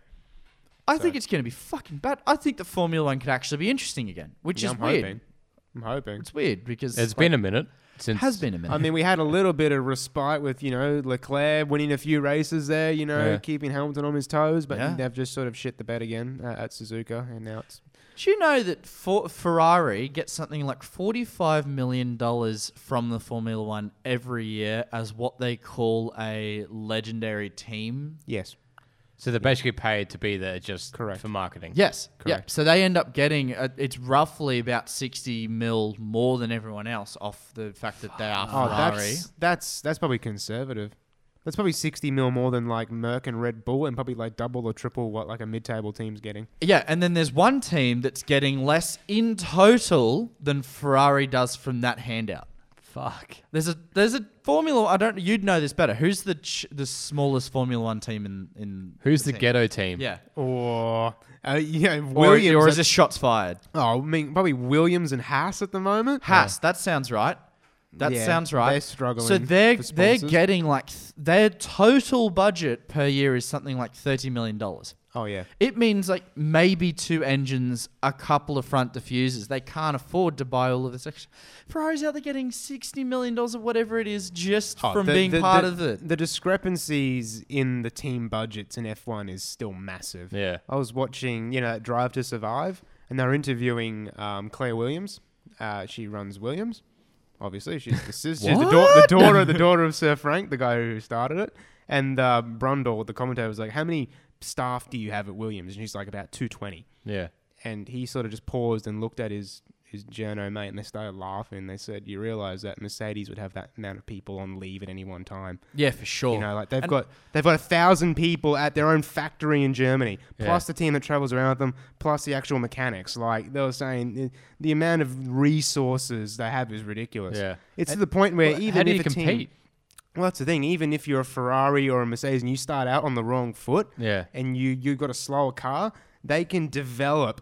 Speaker 4: I think it's going to be fucking bad. I think the Formula One could actually be interesting again, which
Speaker 3: Yeah,
Speaker 4: is
Speaker 3: I'm
Speaker 4: weird.
Speaker 3: hoping. I'm hoping.
Speaker 4: It's weird because
Speaker 1: It's
Speaker 4: it's um,
Speaker 1: been a minute since.
Speaker 4: has been a minute.
Speaker 3: I mean, we had a little bit of respite with you know Leclerc winning a few races there, you know,
Speaker 1: Yeah.
Speaker 3: keeping Hamilton on his toes, but
Speaker 4: Yeah.
Speaker 3: they've just sort of shit the bed again uh, at Suzuka, and now it's
Speaker 4: Do you know that for Ferrari gets something like forty-five million dollars from the Formula One every year as what they call a legendary team?
Speaker 3: yes,
Speaker 1: So they're basically paid to be there just
Speaker 3: Correct.
Speaker 1: for marketing.
Speaker 4: Yes,
Speaker 3: Correct.
Speaker 4: Yeah. So they end up getting uh, it's roughly about sixty mil more than everyone else off the fact that they are
Speaker 3: Oh,
Speaker 4: Ferrari.
Speaker 3: that's that's that's probably conservative. That's probably sixty mil more than like Merck and Red Bull, and probably like double or triple what like a mid-table team's getting.
Speaker 4: Yeah, and then there's one team that's getting less in total than Ferrari does from that handout.
Speaker 1: Fuck.
Speaker 4: There's a there's a Formula. I don't. You'd know this better. Who's the ch- the smallest Formula One team in in
Speaker 1: Who's the
Speaker 4: team?
Speaker 1: ghetto team?
Speaker 4: Yeah.
Speaker 3: Or uh, yeah,
Speaker 4: Or,
Speaker 3: Williams.
Speaker 4: or is this shots fired?
Speaker 3: oh, I mean probably Williams and Haas at the moment.
Speaker 4: Haas. That sounds right. That
Speaker 3: Yeah,
Speaker 4: sounds right.
Speaker 3: they're struggling
Speaker 4: So they're
Speaker 3: for
Speaker 4: they're
Speaker 3: sponsors.
Speaker 4: getting like th- their total budget per year is something like thirty million dollars.
Speaker 3: Oh yeah.
Speaker 4: It means like maybe two engines, a couple of front diffusers. They can't afford to buy all of this extra. Ferrari's out there getting sixty million dollars or whatever it is just
Speaker 3: Oh,
Speaker 4: from
Speaker 3: the-
Speaker 4: being
Speaker 3: the-
Speaker 4: part
Speaker 3: the-
Speaker 4: of it.
Speaker 3: The discrepancies in the team budgets in F1 is still massive.
Speaker 1: Yeah.
Speaker 3: I was watching, you know, that Drive to Survive, and they're interviewing um, Claire Williams. Uh, she runs Williams. Obviously, she's the sister, she's the, da- the daughter, the daughter of Sir Frank, the guy who started it. And uh, Brundle, the commentator, was like, "How many staff do you have at Williams?" And she's like, "About 220."
Speaker 1: Yeah.
Speaker 3: And he sort of just paused and looked at his is Journo, mate, and they started laughing. They said, you realise that Mercedes would have that amount of people on leave at any one time.
Speaker 4: Yeah, for sure.
Speaker 3: You know, like they've
Speaker 4: And-
Speaker 3: got they've got a thousand people at their own factory in Germany, plus
Speaker 1: Yeah.
Speaker 3: the team that travels around with them, plus the actual mechanics. Like they were saying, the, the amount of resources they have is ridiculous.
Speaker 1: Yeah.
Speaker 3: it's to the point where
Speaker 1: Well,
Speaker 3: even
Speaker 1: how do
Speaker 3: if
Speaker 1: you
Speaker 3: a team-
Speaker 1: compete?
Speaker 3: well, that's the thing. Even if you're a Ferrari or a Mercedes and you start out on the wrong foot,
Speaker 1: Yeah.
Speaker 3: and you you've got a slower car, they can develop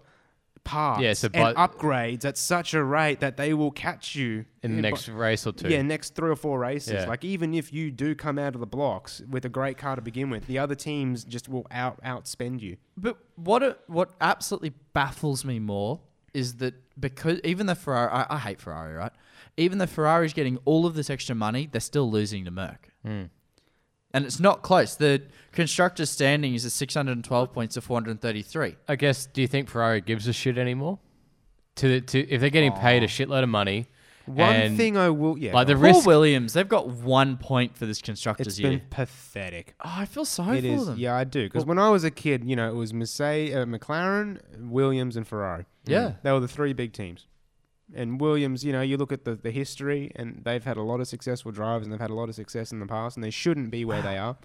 Speaker 3: parts
Speaker 1: Yeah, so
Speaker 3: and
Speaker 1: by-
Speaker 3: upgrades at such a rate that they will catch you
Speaker 1: in the
Speaker 3: bu-
Speaker 1: next race or two.
Speaker 3: yeah, next three or four races.
Speaker 1: Yeah.
Speaker 3: Like even if you do come out of the blocks with a great car to begin with, the other teams just will out outspend you.
Speaker 4: But what it, what absolutely baffles me more is that because even the Ferrari, I, I hate Ferrari, right? Even the Ferrari's getting all of this extra money, they're still losing to Merck.
Speaker 3: Hmm.
Speaker 4: And it's not close. The constructors' standing is at 612 points to 433.
Speaker 1: I guess. Do you think Ferrari gives a shit anymore? To the, to if they're getting paid a shitload of money,
Speaker 3: One
Speaker 1: and,
Speaker 3: thing I will, yeah, oh,
Speaker 1: like the
Speaker 4: Poor
Speaker 1: risk.
Speaker 4: Williams, they've got one point for this constructors
Speaker 3: it's
Speaker 4: year.
Speaker 3: been pathetic.
Speaker 4: oh, I feel sorry
Speaker 3: It
Speaker 4: for
Speaker 3: is,
Speaker 4: them.
Speaker 3: yeah, I do. Because when I was a kid, you know, it was Mercedes, uh, McLaren, Williams, and Ferrari. Mm.
Speaker 4: Yeah.
Speaker 3: they were the three big teams. And Williams, you know, you look at the, the history, and they've had a lot of successful drivers, and they've had a lot of success in the past, and they shouldn't be where they are.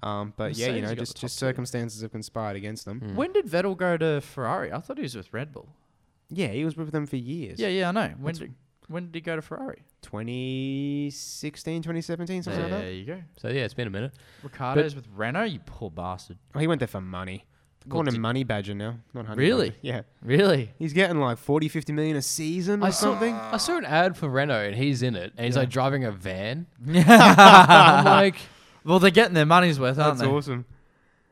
Speaker 3: Um, but yeah, you
Speaker 4: Hmm. Mercedes
Speaker 3: know,
Speaker 4: got
Speaker 3: just
Speaker 4: the top
Speaker 3: just
Speaker 4: two. Hmm.
Speaker 3: circumstances have conspired against them.
Speaker 4: When did Vettel go to Ferrari? I thought he was with Red Bull.
Speaker 3: Yeah, he was with them for years.
Speaker 4: Yeah, yeah, I know. When did, when did he go to Ferrari?
Speaker 3: 2016, 2017, something like
Speaker 4: There
Speaker 3: that.
Speaker 4: you go.
Speaker 1: So yeah, it's been a minute.
Speaker 4: Ricardo's with Renault, you poor bastard.
Speaker 3: Oh, he went there for money. They're
Speaker 4: Well,
Speaker 3: calling
Speaker 4: did-
Speaker 3: him Money Badger now, not Honey
Speaker 4: Really?
Speaker 3: Badger. Yeah.
Speaker 4: Really?
Speaker 3: He's getting like 40, 50 million a season or
Speaker 1: I saw,
Speaker 3: something.
Speaker 1: I saw an ad for Renault and he's in it and he's like driving a van. I'm
Speaker 4: well,
Speaker 1: like,
Speaker 4: they're getting their money's worth, aren't
Speaker 3: That's
Speaker 4: they?
Speaker 3: awesome.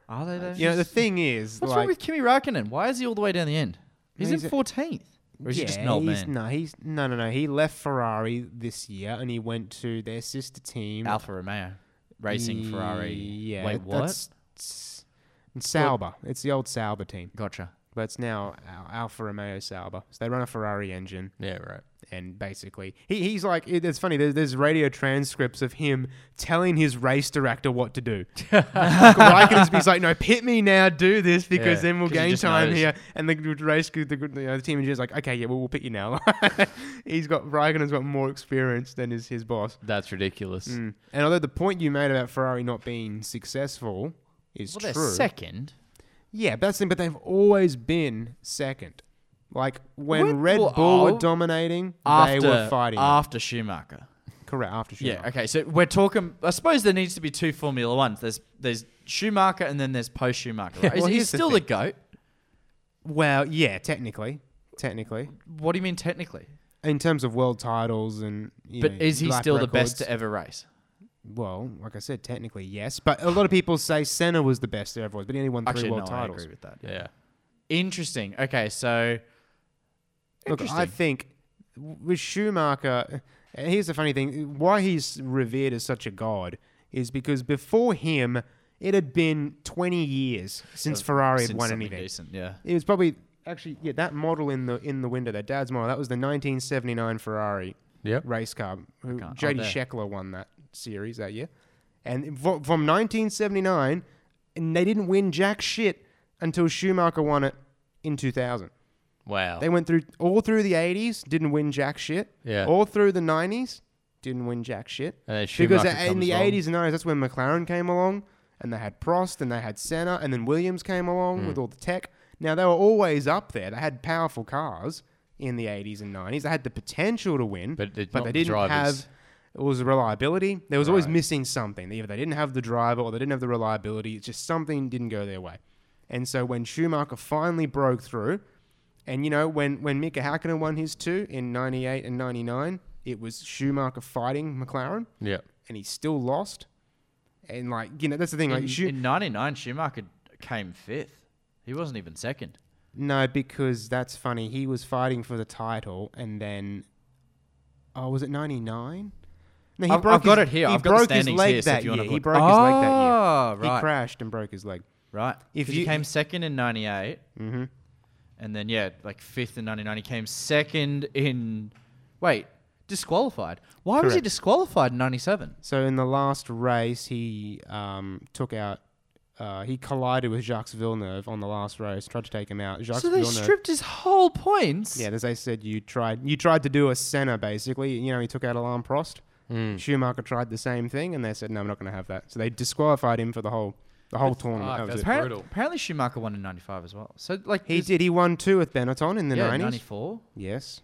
Speaker 4: Are they though?
Speaker 3: You know, the thing is,
Speaker 4: What's
Speaker 3: like,
Speaker 4: wrong with Kimi Raikkonen? Why is he all the way down the end? He's,
Speaker 3: He's
Speaker 4: in
Speaker 3: a-
Speaker 4: fourteenth. Or is he just an old
Speaker 3: he's,
Speaker 4: man?
Speaker 3: No, he's no, no, no. He left Ferrari this year and he went to their sister team,
Speaker 4: Alfa Romeo, racing Ferrari.
Speaker 3: Yeah,
Speaker 4: Wait,
Speaker 3: that-
Speaker 4: what?
Speaker 3: that's- it's- it's Sauber. It's the old Sauber team,
Speaker 4: Gotcha.
Speaker 3: but it's now Al- Alfa Romeo Sauber. So they run a Ferrari engine,
Speaker 1: yeah, right.
Speaker 3: and basically, he, he's like, it, it's funny. There's, there's radio transcripts of him telling his race director what to do. Raikkonen's he's like, no, pit me now, do this because
Speaker 1: Yeah,
Speaker 3: then we'll
Speaker 4: 'cause he
Speaker 3: gain
Speaker 4: just
Speaker 3: time
Speaker 4: knows.
Speaker 3: here. And the good race, the, good- you know, the team engineer's like, okay, yeah, well, we'll pit you now. he's got Raikkonen's got more experience than his his boss.
Speaker 1: That's ridiculous.
Speaker 3: Mm. And although the point you made about Ferrari not being successful is
Speaker 4: Well, they're
Speaker 3: true,
Speaker 4: second.
Speaker 3: yeah, but that's the thing. But they've always been second. Like when
Speaker 4: When-
Speaker 3: Red
Speaker 4: well,
Speaker 3: Bull
Speaker 4: oh,
Speaker 3: were dominating,
Speaker 4: After,
Speaker 3: they were fighting.
Speaker 4: after Schumacher.
Speaker 3: Correct after Schumacher.
Speaker 4: Yeah. Okay. So we're talking. I suppose there needs to be two Formula Ones. There's there's Schumacher and then there's post Schumacher. Right?
Speaker 3: well,
Speaker 4: is he
Speaker 3: here's the
Speaker 4: still the,
Speaker 3: thing.
Speaker 4: goat?
Speaker 3: Well, Uh, yeah, technically, technically,
Speaker 4: What do you mean technically?
Speaker 3: in terms of world titles and you
Speaker 4: but
Speaker 3: know,
Speaker 4: is he
Speaker 3: lap
Speaker 4: still the best
Speaker 3: records.
Speaker 4: to ever race?
Speaker 3: Well, like I said, technically yes, but a lot of people say Senna was the best there ever was, but he only won three
Speaker 4: Actually,
Speaker 3: world
Speaker 4: no,
Speaker 3: titles.
Speaker 4: I agree with that.
Speaker 1: Yeah.
Speaker 4: Interesting. Okay, so
Speaker 3: Look,
Speaker 4: interesting.
Speaker 3: I think with Schumacher, and here's the funny thing: why he's revered as such a god is because before him, it had been 20 years since Ferrari had
Speaker 4: Since
Speaker 3: won
Speaker 4: something
Speaker 3: anything.
Speaker 4: decent, yeah.
Speaker 3: It was probably actually yeah that model in the in the window, that dad's model. That was the 1979 Ferrari
Speaker 1: Yep.
Speaker 3: race car. Who
Speaker 4: can't- oh,
Speaker 3: Jody
Speaker 4: there.
Speaker 3: Scheckler won that series that year, and fro- from 1979, and they didn't win jack shit until Schumacher won it in 2000.
Speaker 1: Wow.
Speaker 3: They went through all through the 80s, didn't win jack shit.
Speaker 1: Yeah.
Speaker 3: All through the 90s, didn't win jack shit.
Speaker 1: And then
Speaker 3: because
Speaker 1: Schumacher
Speaker 3: in
Speaker 1: comes
Speaker 3: the
Speaker 1: along.
Speaker 3: 80s and 90s, that's when McLaren came along, and they had Prost, and they had Senna, and then Williams came along
Speaker 1: Hmm.
Speaker 3: with all the tech. Now they were always up there. They had powerful cars in the 80s and 90s. They had the potential to win,
Speaker 1: But it's not
Speaker 3: they
Speaker 1: the
Speaker 3: didn't
Speaker 1: drivers.
Speaker 3: have. It was reliability. There was always missing something. Either they didn't have the driver or they didn't have the reliability. It's just something didn't go their way. And so when Schumacher finally broke through, and you know, when, when Mika Hakkinen won his two in 98 and 99, it was Schumacher fighting McLaren
Speaker 1: yeah.
Speaker 3: and he still lost. And like, you know, that's the thing. Like,
Speaker 4: in,
Speaker 3: Schu-
Speaker 4: in '99, Schumacher came fifth. He wasn't even second.
Speaker 3: no, because that's funny. He was fighting for the title and then, oh, was it 99? No, he
Speaker 4: I've- I've got
Speaker 3: his-
Speaker 4: it here.
Speaker 3: He
Speaker 4: I've got the
Speaker 3: broke his
Speaker 4: standings
Speaker 3: leg
Speaker 4: here, so if
Speaker 3: that
Speaker 4: you
Speaker 3: year.
Speaker 4: wanna
Speaker 3: He
Speaker 4: look.
Speaker 3: broke his leg that year.
Speaker 4: Ah,
Speaker 3: He
Speaker 4: right.
Speaker 3: crashed and broke his leg.
Speaker 4: Right.
Speaker 3: If
Speaker 4: If he
Speaker 3: you- Mm-hmm.
Speaker 4: came second in '98, and then yeah, like fifth in '99, he came second in. Wait, disqualified. Why was he
Speaker 3: Correct.
Speaker 4: disqualified in '97?
Speaker 3: So in the last race, he um, took out uh, he collided with Jacques Villeneuve on the last race, tried to take him out. Jacques
Speaker 4: so they
Speaker 3: Villeneuve.
Speaker 4: stripped his whole points.
Speaker 3: yeah, as they said, you tried you tried to do a Senna basically. You know, he took out Alain Prost.
Speaker 4: Hmm.
Speaker 3: Schumacher tried the same thing, and they said, "No, I'm not going to have that." So they disqualified him for the whole the whole tournament.
Speaker 1: fuck,
Speaker 3: That
Speaker 1: that's
Speaker 3: was it.
Speaker 4: Appar-
Speaker 1: brutal.
Speaker 4: Apparently, Schumacher won in '95 as well. So like
Speaker 3: He
Speaker 4: this-
Speaker 3: did. He won two with Benetton in the
Speaker 4: yeah,
Speaker 3: 90s.
Speaker 4: '94.
Speaker 3: Yes.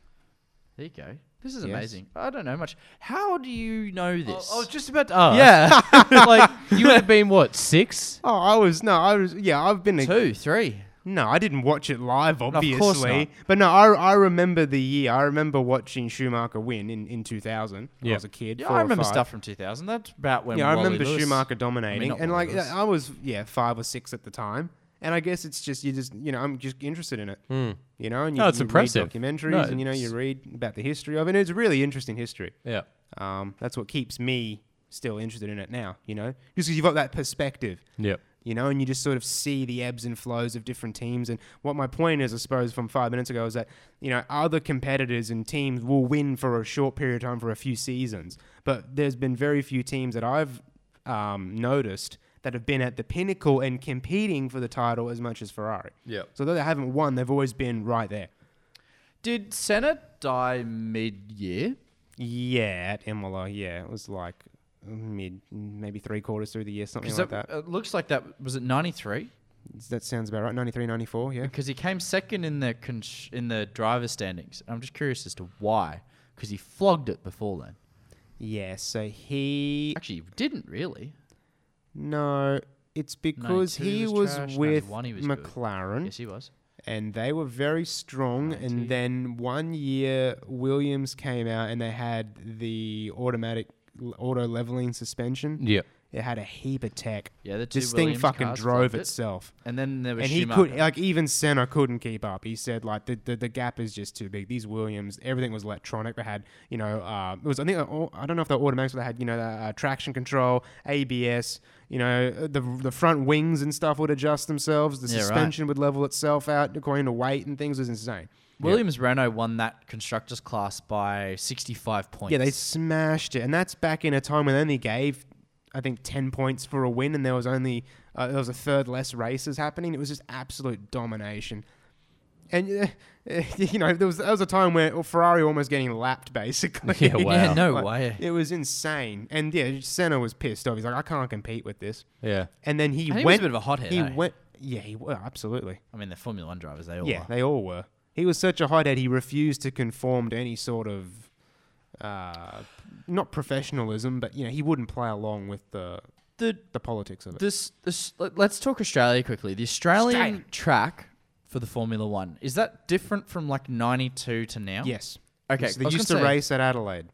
Speaker 4: There you go. This is
Speaker 3: Yes.
Speaker 4: amazing. I don't know much. How do you know
Speaker 1: I, I
Speaker 4: this?
Speaker 1: was just about to ask.
Speaker 4: yeah,
Speaker 1: like you would have been what six?
Speaker 3: Oh, I was no, I was yeah, I've been a,
Speaker 4: two, three.
Speaker 3: no, I didn't watch it live,
Speaker 4: course
Speaker 3: obviously.
Speaker 4: not.
Speaker 3: But no, I, I remember the year. I remember watching Schumacher win in in 2000. When
Speaker 1: Yeah.
Speaker 3: I was a kid.
Speaker 4: Yeah,
Speaker 3: four
Speaker 4: I
Speaker 3: or
Speaker 4: remember
Speaker 3: five.
Speaker 4: stuff from 2000. That's about when.
Speaker 3: Yeah, I
Speaker 4: Wally
Speaker 3: remember
Speaker 4: Lewis- I
Speaker 3: Schumacher
Speaker 4: mean,
Speaker 3: dominating,
Speaker 4: not
Speaker 3: and
Speaker 4: Wally
Speaker 3: like
Speaker 4: Lewis.
Speaker 3: I was yeah five or six at the time. And I guess it's just you just you know I'm just interested in it,
Speaker 4: Hmm.
Speaker 3: you know. And you,
Speaker 1: No, it's
Speaker 3: you
Speaker 1: impressive.
Speaker 3: Read documentaries,
Speaker 1: No,
Speaker 3: and you know you
Speaker 1: it's-
Speaker 3: read about the history of it. It's a really interesting history.
Speaker 1: Yeah.
Speaker 3: Um, that's what keeps me still interested in it now, you know, just because you've got that perspective
Speaker 1: Yep.
Speaker 3: you know, and you just sort of see the ebbs and flows of different teams. And what my point is, I suppose, from five minutes ago is that, you know, other competitors and teams will win for a short period of time for a few seasons. But there's been very few teams that I've um, noticed that have been at the pinnacle and competing for the title as much as Ferrari.
Speaker 1: Yep.
Speaker 3: So though they haven't won, they've always been right there.
Speaker 4: Did Senna die mid-year?
Speaker 3: Yeah, at Imola, yeah, it was like mm, mid, maybe three quarters through the year, something
Speaker 4: Because
Speaker 3: like
Speaker 4: that-
Speaker 3: that.
Speaker 4: it looks like that was it '93
Speaker 3: That sounds about right. 93, 94, yeah.
Speaker 4: because he came second in the cons- in the driver standings. I'm just curious as to why because he flogged it before then.
Speaker 3: Yeah, so he
Speaker 4: Actually, he didn't really.
Speaker 3: No, it's because
Speaker 4: 92
Speaker 3: he
Speaker 4: was
Speaker 3: was,
Speaker 4: trash,
Speaker 3: with
Speaker 4: 91 he was good.
Speaker 3: McLaren,
Speaker 4: Yes, he was.
Speaker 3: and they were very strong. And then one year, Williams came out, and they had the automatic l- auto leveling suspension.
Speaker 1: Yep.
Speaker 3: It had a heap of tech.
Speaker 4: Yeah, the two
Speaker 3: this thing
Speaker 4: Williams
Speaker 3: fucking
Speaker 4: cars
Speaker 3: drove
Speaker 4: flogged it.
Speaker 3: itself.
Speaker 4: And then there was
Speaker 3: And he
Speaker 4: Schumacher.
Speaker 3: could uh, like even Senna couldn't keep up. He said like the, the, the gap is just too big. These Williams, everything was electronic. They had you know uh, it was I think uh, au- I don't know if they're automatics, but they had you know the, uh, traction control, ABS. You know uh, the the front wings and stuff would adjust themselves. The
Speaker 4: Yeah, right.
Speaker 3: suspension would level itself out according to weight and things. It was insane.
Speaker 4: Williams Renault won that constructors class by 65 points.
Speaker 3: Yeah, they smashed it, and that's back in a time when they only gave, I think, ten points for a win, and there was only uh, there was a third less races happening. It was just absolute domination, and uh, you know there was there was a time where Ferrari were almost getting lapped basically.
Speaker 1: Yeah, wow.
Speaker 4: Yeah, no
Speaker 3: Like,
Speaker 4: way.
Speaker 3: It was insane, and yeah, Senna was pissed off. He's like, I can't compete with this,
Speaker 1: Yeah.
Speaker 3: and then he
Speaker 4: And he was
Speaker 3: went
Speaker 4: a bit of a hothead,
Speaker 3: He
Speaker 4: eh?
Speaker 3: went, yeah, he wa- absolutely.
Speaker 4: I mean, they're Formula One drivers. They all
Speaker 3: Yeah,
Speaker 4: are.
Speaker 3: they all were. He was such a hothead. He refused to conform to any sort of, uh, not professionalism, but you know, he wouldn't play along with the
Speaker 4: The
Speaker 3: the politics of it.
Speaker 4: this this let- let's talk Australia quickly. The Australian
Speaker 3: Australia.
Speaker 4: track for the Formula One is that different from like 92 to now?
Speaker 3: yes.
Speaker 4: Okay,
Speaker 3: So they
Speaker 4: I was
Speaker 3: used to
Speaker 4: gonna say-
Speaker 3: race at Adelaide,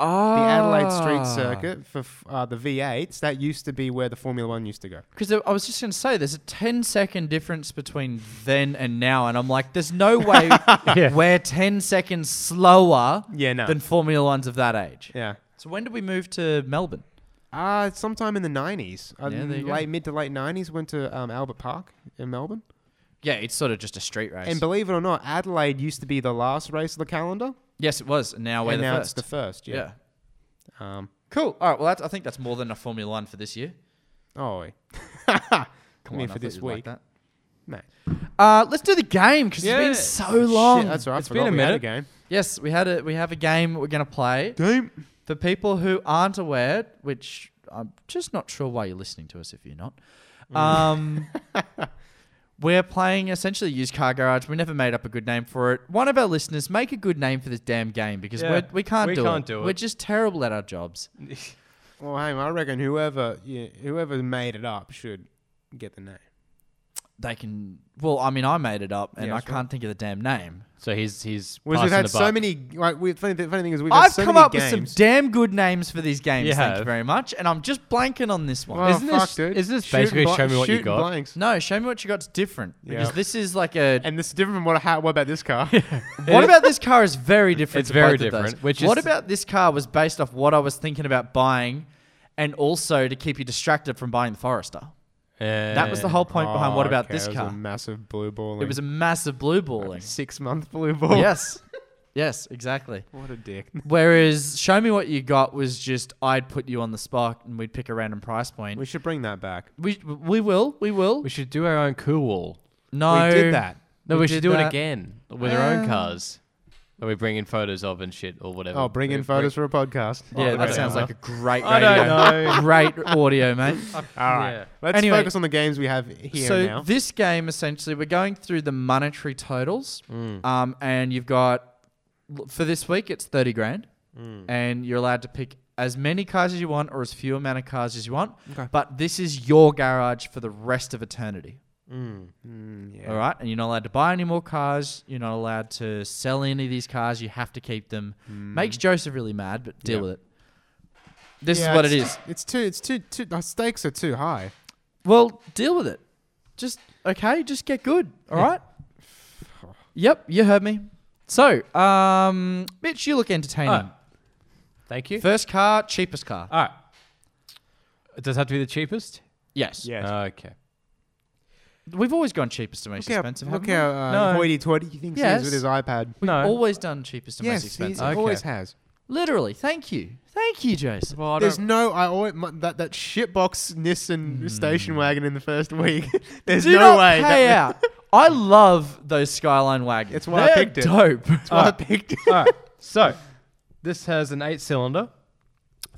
Speaker 4: Ah,
Speaker 3: the Adelaide Street Circuit for f- uh, the V8s. That used to be where the Formula One used to go.
Speaker 4: Because I was just going to say, there's a 10 second difference between then and now, and I'm like, there's no way we're 10 seconds slower
Speaker 3: Yeah, no.
Speaker 4: than Formula Ones of that age.
Speaker 3: Yeah.
Speaker 4: So when did we move to Melbourne?
Speaker 3: Uh, sometime in the nineties, uh,
Speaker 4: Yeah, there you go.
Speaker 3: late mid to late nineties, went to um, Albert Park in Melbourne.
Speaker 4: Yeah, it's sort of just a street race.
Speaker 3: And believe it or not, Adelaide used to be the last race of the calendar,
Speaker 4: yes, it was. And now we're
Speaker 3: and
Speaker 4: the
Speaker 3: now
Speaker 4: first.
Speaker 3: it's the first.
Speaker 4: yeah.
Speaker 3: yeah. Um,
Speaker 4: Cool. All right. Well, that's, I think that's more than a Formula One for this year.
Speaker 3: Oh,
Speaker 4: Come
Speaker 3: I mean,
Speaker 4: on, I
Speaker 3: for
Speaker 4: thought
Speaker 3: this
Speaker 4: you'd like
Speaker 3: week.
Speaker 4: that.
Speaker 3: mate.
Speaker 4: Uh, let's do the game because
Speaker 1: Yeah.
Speaker 4: it's been so long.
Speaker 3: Shit, that's right.
Speaker 1: It's
Speaker 3: I forgot
Speaker 1: been a
Speaker 3: we had
Speaker 1: minute.
Speaker 3: game.
Speaker 4: Yes, we had a we have a game we're gonna play.
Speaker 3: Game.
Speaker 4: For people who aren't aware, which I'm just not sure why you're listening to us if you're not.
Speaker 3: Mm.
Speaker 4: Um, we're playing essentially used car garage. We never made up a good name for it. One of our listeners make a good name for this damn game because
Speaker 1: Yeah,
Speaker 4: we're, we can't,
Speaker 1: we
Speaker 4: do,
Speaker 1: can't
Speaker 4: it.
Speaker 1: do it.
Speaker 4: We're just terrible at our jobs.
Speaker 3: Well, hey, I reckon whoever yeah, whoever made it up should get the name.
Speaker 4: They can. Well, I mean, I made it up, and
Speaker 3: Yeah,
Speaker 4: I
Speaker 3: that's right.
Speaker 4: can't think of the damn name.
Speaker 1: So he's he's.
Speaker 3: Whereas we've
Speaker 1: passing
Speaker 3: had
Speaker 1: the
Speaker 3: so
Speaker 1: buck.
Speaker 3: many. Like, we, funny, th- funny thing is, we've had
Speaker 4: I've
Speaker 3: so
Speaker 4: come
Speaker 3: many
Speaker 4: up
Speaker 3: games.
Speaker 4: with some damn good names for these games.
Speaker 1: You
Speaker 4: thank you
Speaker 1: have.
Speaker 4: very much. And I'm just blanking on this one.
Speaker 3: Well,
Speaker 1: Isn't this-
Speaker 3: Oh, fuck, dude.
Speaker 1: isn't this
Speaker 3: Shooting
Speaker 1: basically show me what you
Speaker 3: shooting
Speaker 1: got?
Speaker 3: Blanks.
Speaker 4: No, show me what you got's different because
Speaker 3: Yeah.
Speaker 4: this is like a.
Speaker 3: And this is different from what I had. What about this car?
Speaker 4: what about this car is very different.
Speaker 1: It's
Speaker 4: to
Speaker 1: very
Speaker 4: both of those.
Speaker 1: different, which
Speaker 4: what
Speaker 1: is-
Speaker 4: about this car was based off what I was thinking about buying, and also to keep you distracted from buying the Forester. That was the whole point behind what
Speaker 3: Oh,
Speaker 4: about
Speaker 3: okay,
Speaker 4: this
Speaker 3: it was
Speaker 4: car.
Speaker 3: A massive blue ball.
Speaker 4: it was a massive blue balling.
Speaker 3: six month blue ball.
Speaker 4: yes. Yes, exactly.
Speaker 3: What a dick.
Speaker 4: Whereas show me what you got was just I'd put you on the spot and we'd pick a random price point.
Speaker 3: we should bring that back.
Speaker 4: We we will we will.
Speaker 1: We should do our own cool wall.
Speaker 4: no,
Speaker 3: We did that.
Speaker 1: No, we, should
Speaker 4: did
Speaker 1: do it
Speaker 4: that.
Speaker 1: again with our own
Speaker 4: Ah.
Speaker 1: cars that we bring in photos of and shit or whatever.
Speaker 3: Oh, bring
Speaker 1: We
Speaker 3: in photos for a podcast.
Speaker 4: Yeah,
Speaker 1: Oh,
Speaker 4: that
Speaker 1: okay.
Speaker 4: sounds like a great radio.
Speaker 1: I don't
Speaker 4: great audio, mate.
Speaker 3: All right.
Speaker 1: Yeah.
Speaker 3: Let's
Speaker 4: Anyway.
Speaker 3: focus on the games we have here
Speaker 4: so
Speaker 3: now.
Speaker 4: this game essentially we're going through the monetary totals
Speaker 3: Mm.
Speaker 4: um, and you've got for this week it's 30 grand
Speaker 3: Mm.
Speaker 4: and you're allowed to pick as many cars as you want or as few amount of cars as you want
Speaker 3: Okay.
Speaker 4: but this is your garage for the rest of eternity
Speaker 3: Mm, yeah.
Speaker 4: all right and you're not allowed to buy any more cars you're not allowed to sell any of these cars you have to keep them
Speaker 3: Mm.
Speaker 4: makes joseph really mad but deal
Speaker 3: Yep.
Speaker 4: with it this
Speaker 3: Yeah,
Speaker 4: is what it
Speaker 3: it's
Speaker 4: is
Speaker 3: It's too. It's too. Too. The stakes are too high.
Speaker 4: Well, deal with it. Just okay, just get good. All right. yep, you heard me. So, um, Mitch, you look entertaining.
Speaker 1: Oh, Thank you.
Speaker 4: First car, cheapest car.
Speaker 1: All right. Does it have to be the cheapest?
Speaker 4: yes.
Speaker 3: Yeah.
Speaker 1: Okay.
Speaker 4: We've always gone cheapest domestic
Speaker 3: Look
Speaker 4: expensive.
Speaker 3: how, look
Speaker 4: haven't we?
Speaker 3: how uh,
Speaker 1: No.
Speaker 3: hoity-toity he thinks he
Speaker 4: Yes.
Speaker 3: is with his iPad.
Speaker 1: No.
Speaker 4: Always done cheapest domestic
Speaker 3: Yes, he
Speaker 4: expensive.
Speaker 1: Okay.
Speaker 3: always has.
Speaker 4: Literally. Thank you. Thank you, Jason.
Speaker 1: Well, I
Speaker 3: There's
Speaker 1: don't-
Speaker 3: no. I always my, that that shitbox Nissan
Speaker 4: Hmm.
Speaker 3: station wagon in the first week. There's
Speaker 4: Do
Speaker 3: no
Speaker 4: not
Speaker 3: way.
Speaker 4: pay
Speaker 3: that-
Speaker 4: out. I love those Skyline wagons.
Speaker 3: It's why I
Speaker 4: They're
Speaker 3: picked it.
Speaker 4: dope.
Speaker 3: That's why I picked it.
Speaker 1: All right. So this has an eight-cylinder,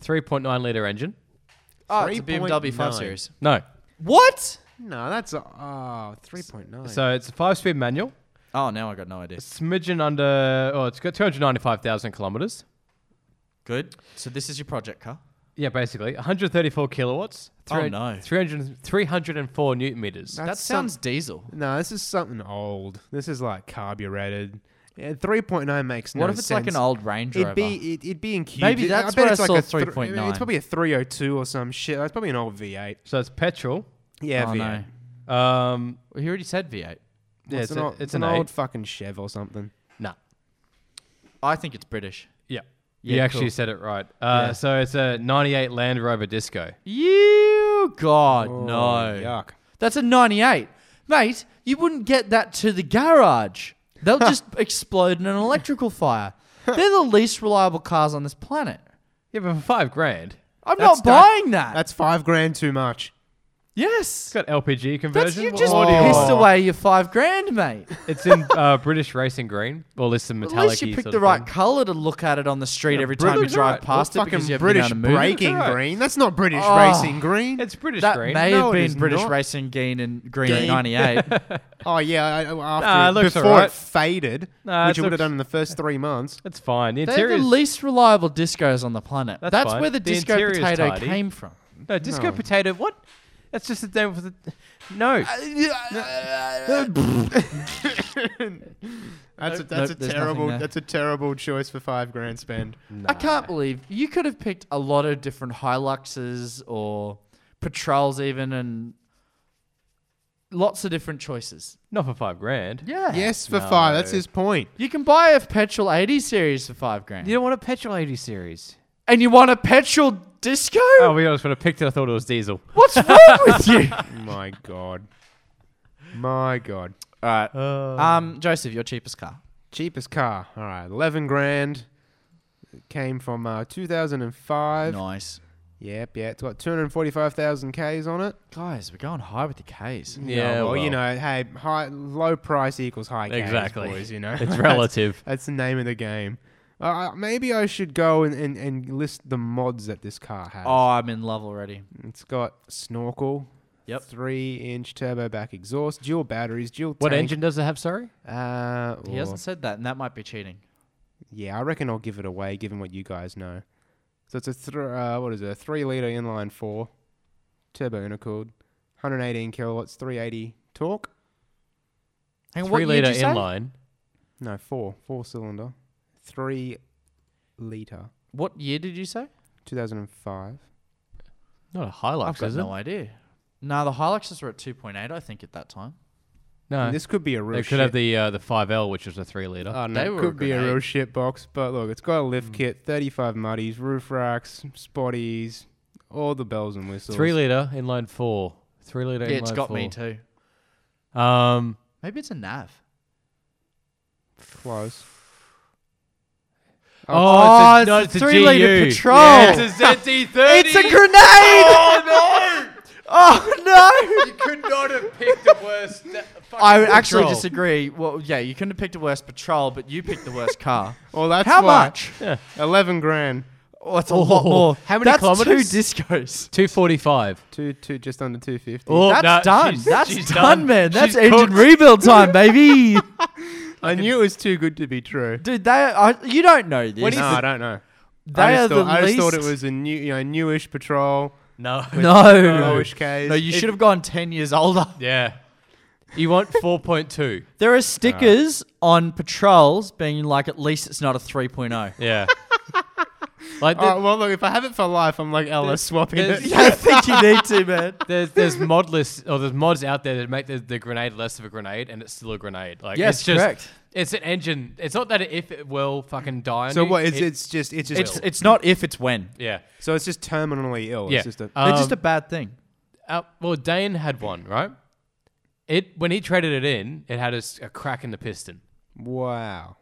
Speaker 1: 3.9 liter engine.
Speaker 4: Oh, it's a BMW 5
Speaker 3: 3.9.
Speaker 4: Series.
Speaker 1: No.
Speaker 4: What?
Speaker 3: No, that's a oh, 3.9.
Speaker 1: So it's a five-speed manual,
Speaker 4: Oh, now I got no idea.
Speaker 1: smidgen under. Oh, it's got 295,000 kilometers.
Speaker 4: Good. So this is your project car.
Speaker 1: Yeah, basically 134 kilowatts.
Speaker 4: Oh,
Speaker 1: 300
Speaker 4: no.
Speaker 1: 300, 304 newton meters.
Speaker 3: That's
Speaker 4: That
Speaker 3: some-
Speaker 4: sounds diesel.
Speaker 3: no, this is something old. This is like carbureted. Yeah, 3.9 makes no
Speaker 4: What if it's like an
Speaker 3: sense.
Speaker 4: old Range Rover?
Speaker 3: It'd be it, it'd be in Q.
Speaker 4: Maybe
Speaker 3: I
Speaker 4: that's
Speaker 3: bet
Speaker 4: what
Speaker 3: it's
Speaker 4: I
Speaker 3: like
Speaker 4: saw
Speaker 3: a thr- I mean,
Speaker 4: 3.9.
Speaker 3: It's probably a 302 or some shit. That's probably an old V8.
Speaker 1: So it's petrol.
Speaker 3: Yeah,
Speaker 4: oh,
Speaker 3: V8.
Speaker 4: no.
Speaker 1: Um,
Speaker 4: Well, he already said V8.
Speaker 1: yeah,
Speaker 3: it's, an, old, it's an
Speaker 1: eight.
Speaker 3: old fucking Chev or something.
Speaker 1: Nah.
Speaker 4: I think it's British.
Speaker 1: Yeah.
Speaker 4: Yeah,
Speaker 1: you actually
Speaker 4: cool.
Speaker 1: said it right. Uh,
Speaker 4: Yeah.
Speaker 1: So it's a 98 Land Rover Disco.
Speaker 4: You God no!
Speaker 3: yuck.
Speaker 4: That's a ninety-eight, mate. You wouldn't get that to the garage. They'll just explode in an electrical fire. They're the least reliable cars on this planet.
Speaker 1: Yeah, but for five grand.
Speaker 4: I'm
Speaker 3: That's
Speaker 4: not
Speaker 3: that-
Speaker 4: buying that.
Speaker 3: That's five grand too much.
Speaker 1: It's
Speaker 4: yes.
Speaker 1: got LPG
Speaker 4: That's
Speaker 1: conversion.
Speaker 4: you just
Speaker 1: What do
Speaker 4: pissed
Speaker 1: want?
Speaker 4: away your five grand, mate.
Speaker 1: It's in uh, British Racing Green. Well, it's some
Speaker 4: At
Speaker 1: metallic.
Speaker 4: least you picked the right colour to look at it on the street every time you
Speaker 1: British-
Speaker 4: drive
Speaker 1: right.
Speaker 4: past it because you
Speaker 3: fucking
Speaker 4: haven't been
Speaker 3: British
Speaker 4: able to move it.
Speaker 3: braking
Speaker 1: That's right.
Speaker 3: green. That's not British
Speaker 4: Oh.
Speaker 3: racing green.
Speaker 1: It's British
Speaker 4: That
Speaker 1: Green.
Speaker 4: may
Speaker 3: No,
Speaker 4: have
Speaker 3: it
Speaker 4: been
Speaker 3: is
Speaker 4: British
Speaker 3: not.
Speaker 4: Racing Green and Green
Speaker 3: Geen.
Speaker 4: in '98.
Speaker 3: oh yeah, I, I- after
Speaker 1: Nah, it looks
Speaker 3: before
Speaker 1: alright.
Speaker 3: it faded,
Speaker 1: Nah,
Speaker 3: which
Speaker 1: it
Speaker 3: it would have
Speaker 1: looks-
Speaker 3: done in the first three months.
Speaker 1: That's fine. The
Speaker 4: They're the
Speaker 1: interior.
Speaker 4: least reliable discos on the planet.
Speaker 1: That's
Speaker 4: That's,
Speaker 1: fine.
Speaker 4: where the,
Speaker 1: The
Speaker 4: disco
Speaker 1: interior's
Speaker 4: potato
Speaker 1: tidy.
Speaker 4: came from.
Speaker 1: no, disco potato. What? That's just the name of the. No.
Speaker 4: Uh,
Speaker 3: That's
Speaker 4: Nope,
Speaker 3: a, that's a
Speaker 4: there's nothing
Speaker 3: terrible
Speaker 4: there.
Speaker 3: that's a terrible choice for five grand spend.
Speaker 4: I can't believe you could have picked a lot of different Hiluxes or Patrols, even, and lots of different choices.
Speaker 1: Not for five grand.
Speaker 4: Yeah.
Speaker 3: Yes, for five. That's his point.
Speaker 4: You can buy a petrol 80 series for five grand.
Speaker 1: You don't want a petrol 80 series.
Speaker 4: And you want a petrol disco?
Speaker 1: Oh, we honest, when I picked it, I thought it was diesel.
Speaker 4: What's wrong with you?
Speaker 3: My God. My God.
Speaker 4: All right. um, Joseph, your cheapest car.
Speaker 3: Cheapest car. All right, eleven grand. It came from uh, 2005.
Speaker 4: Nice.
Speaker 3: Yep, yeah, it's got 245,000 Ks on it.
Speaker 4: Guys, we're going high with the Ks.
Speaker 1: Yeah,
Speaker 3: well,
Speaker 1: well.
Speaker 3: you know, hey, high, low price equals high Ks,
Speaker 1: Exactly.
Speaker 3: boys. You know,
Speaker 1: It's
Speaker 3: That's-
Speaker 1: relative.
Speaker 3: That's the name of the game. Uh, maybe I should go and, and, and list the mods that this car has.
Speaker 4: Oh, I'm in love already.
Speaker 3: It's got snorkel,
Speaker 4: Yep.
Speaker 3: three-inch turbo back exhaust, dual batteries, dual
Speaker 1: What
Speaker 3: tank.
Speaker 1: engine does it have? Sorry.
Speaker 3: Uh,
Speaker 4: He hasn't said that, and that might be cheating.
Speaker 3: Yeah, I reckon I'll give it away given what you guys know. So it's a thr uh, what is it? A three liter inline four, turbo intercooled, 118 kilowatts, 380 torque.
Speaker 4: Hang on, what
Speaker 1: Three
Speaker 4: year
Speaker 1: liter
Speaker 4: did you say?
Speaker 1: inline.
Speaker 3: No, four, four cylinder, three liter,
Speaker 4: What year did you say?
Speaker 3: 2005.
Speaker 1: Not a Hilux,
Speaker 4: I've got
Speaker 1: is
Speaker 4: no
Speaker 1: it?
Speaker 4: idea. No, the Hiluxes were at 2.8, I think, at that time.
Speaker 1: No.
Speaker 3: And this could be a real.
Speaker 1: They could have the uh, the 5L, which was a three liter.
Speaker 3: Oh,
Speaker 4: They
Speaker 3: no,
Speaker 4: were
Speaker 3: it
Speaker 4: a
Speaker 3: could be a real
Speaker 4: grenade.
Speaker 3: shit box, but look, it's got a
Speaker 1: Hmm.
Speaker 3: lift kit, 35 muddies, roof racks, spotties, all the bells and whistles.
Speaker 1: three liter inline four. Three liter.
Speaker 4: Yeah, it's
Speaker 1: inline
Speaker 4: got me
Speaker 1: four.
Speaker 4: too.
Speaker 1: Um,
Speaker 4: Maybe it's a nav.
Speaker 3: close.
Speaker 1: Oh, it's, a, no,
Speaker 4: it's
Speaker 1: it's a
Speaker 4: three litre
Speaker 1: GU.
Speaker 4: Patrol.
Speaker 1: It's a ZD30.
Speaker 4: It's a grenade!
Speaker 1: Oh,
Speaker 4: Oh
Speaker 1: no.
Speaker 4: no!
Speaker 1: you could not have picked the worst.
Speaker 4: I would actually disagree. Well, yeah, you couldn't have picked the worst patrol, but you picked the worst car.
Speaker 3: Well, that's
Speaker 4: How
Speaker 3: why.
Speaker 4: much?
Speaker 3: Eleven grand.
Speaker 4: Oh, it's a lot
Speaker 1: Oh.
Speaker 4: more.
Speaker 1: How many
Speaker 4: That's
Speaker 1: kilometers?
Speaker 4: Two discos.
Speaker 1: 245.
Speaker 3: Two, two, just under two fifty.
Speaker 1: Oh,
Speaker 4: That's
Speaker 1: no,
Speaker 4: done.
Speaker 1: she's-
Speaker 4: That's
Speaker 1: she's
Speaker 4: done, man. That's
Speaker 1: She's
Speaker 4: engine
Speaker 1: cooked.
Speaker 4: rebuild time, baby.
Speaker 3: I knew it was too good to be true.
Speaker 4: Dude, they are, you don't know this.
Speaker 3: no, I don't know.
Speaker 4: they
Speaker 3: I
Speaker 4: are
Speaker 3: just,
Speaker 4: the
Speaker 3: thought, I just
Speaker 4: least.
Speaker 3: thought it was a new, you know, newish patrol,
Speaker 1: No.
Speaker 4: no.
Speaker 3: lowish case.
Speaker 4: No, you
Speaker 3: It-
Speaker 4: should have gone ten years older.
Speaker 1: Yeah. You want 4.2.
Speaker 4: There are stickers on patrols being like, at least it's not a oh. 3.0.
Speaker 1: Yeah. like,
Speaker 3: All
Speaker 1: the,
Speaker 3: right, Oh, well, look, if I have it for life, I'm like Ella swapping
Speaker 1: there's-
Speaker 3: it.
Speaker 4: yeah, I think you need to, man.
Speaker 1: there's there's mod lists or there's mods out there that make the, the grenade less of a grenade and it's still a grenade. Like
Speaker 4: Yes,
Speaker 1: it's just
Speaker 4: correct.
Speaker 1: it's an engine. It's not that if it will fucking die. on
Speaker 3: So
Speaker 1: you,
Speaker 3: what? It's,
Speaker 1: it-
Speaker 3: it's just it's just
Speaker 4: It's it's not if, it's when.
Speaker 1: yeah.
Speaker 3: so it's just terminally ill.
Speaker 1: Yeah.
Speaker 3: It's just a,
Speaker 1: Uh,
Speaker 4: They're just
Speaker 1: Um,
Speaker 4: a bad thing.
Speaker 1: Uh, well, Dane had one right. It when he traded it in, it had a, s- a crack in the piston.
Speaker 3: wow.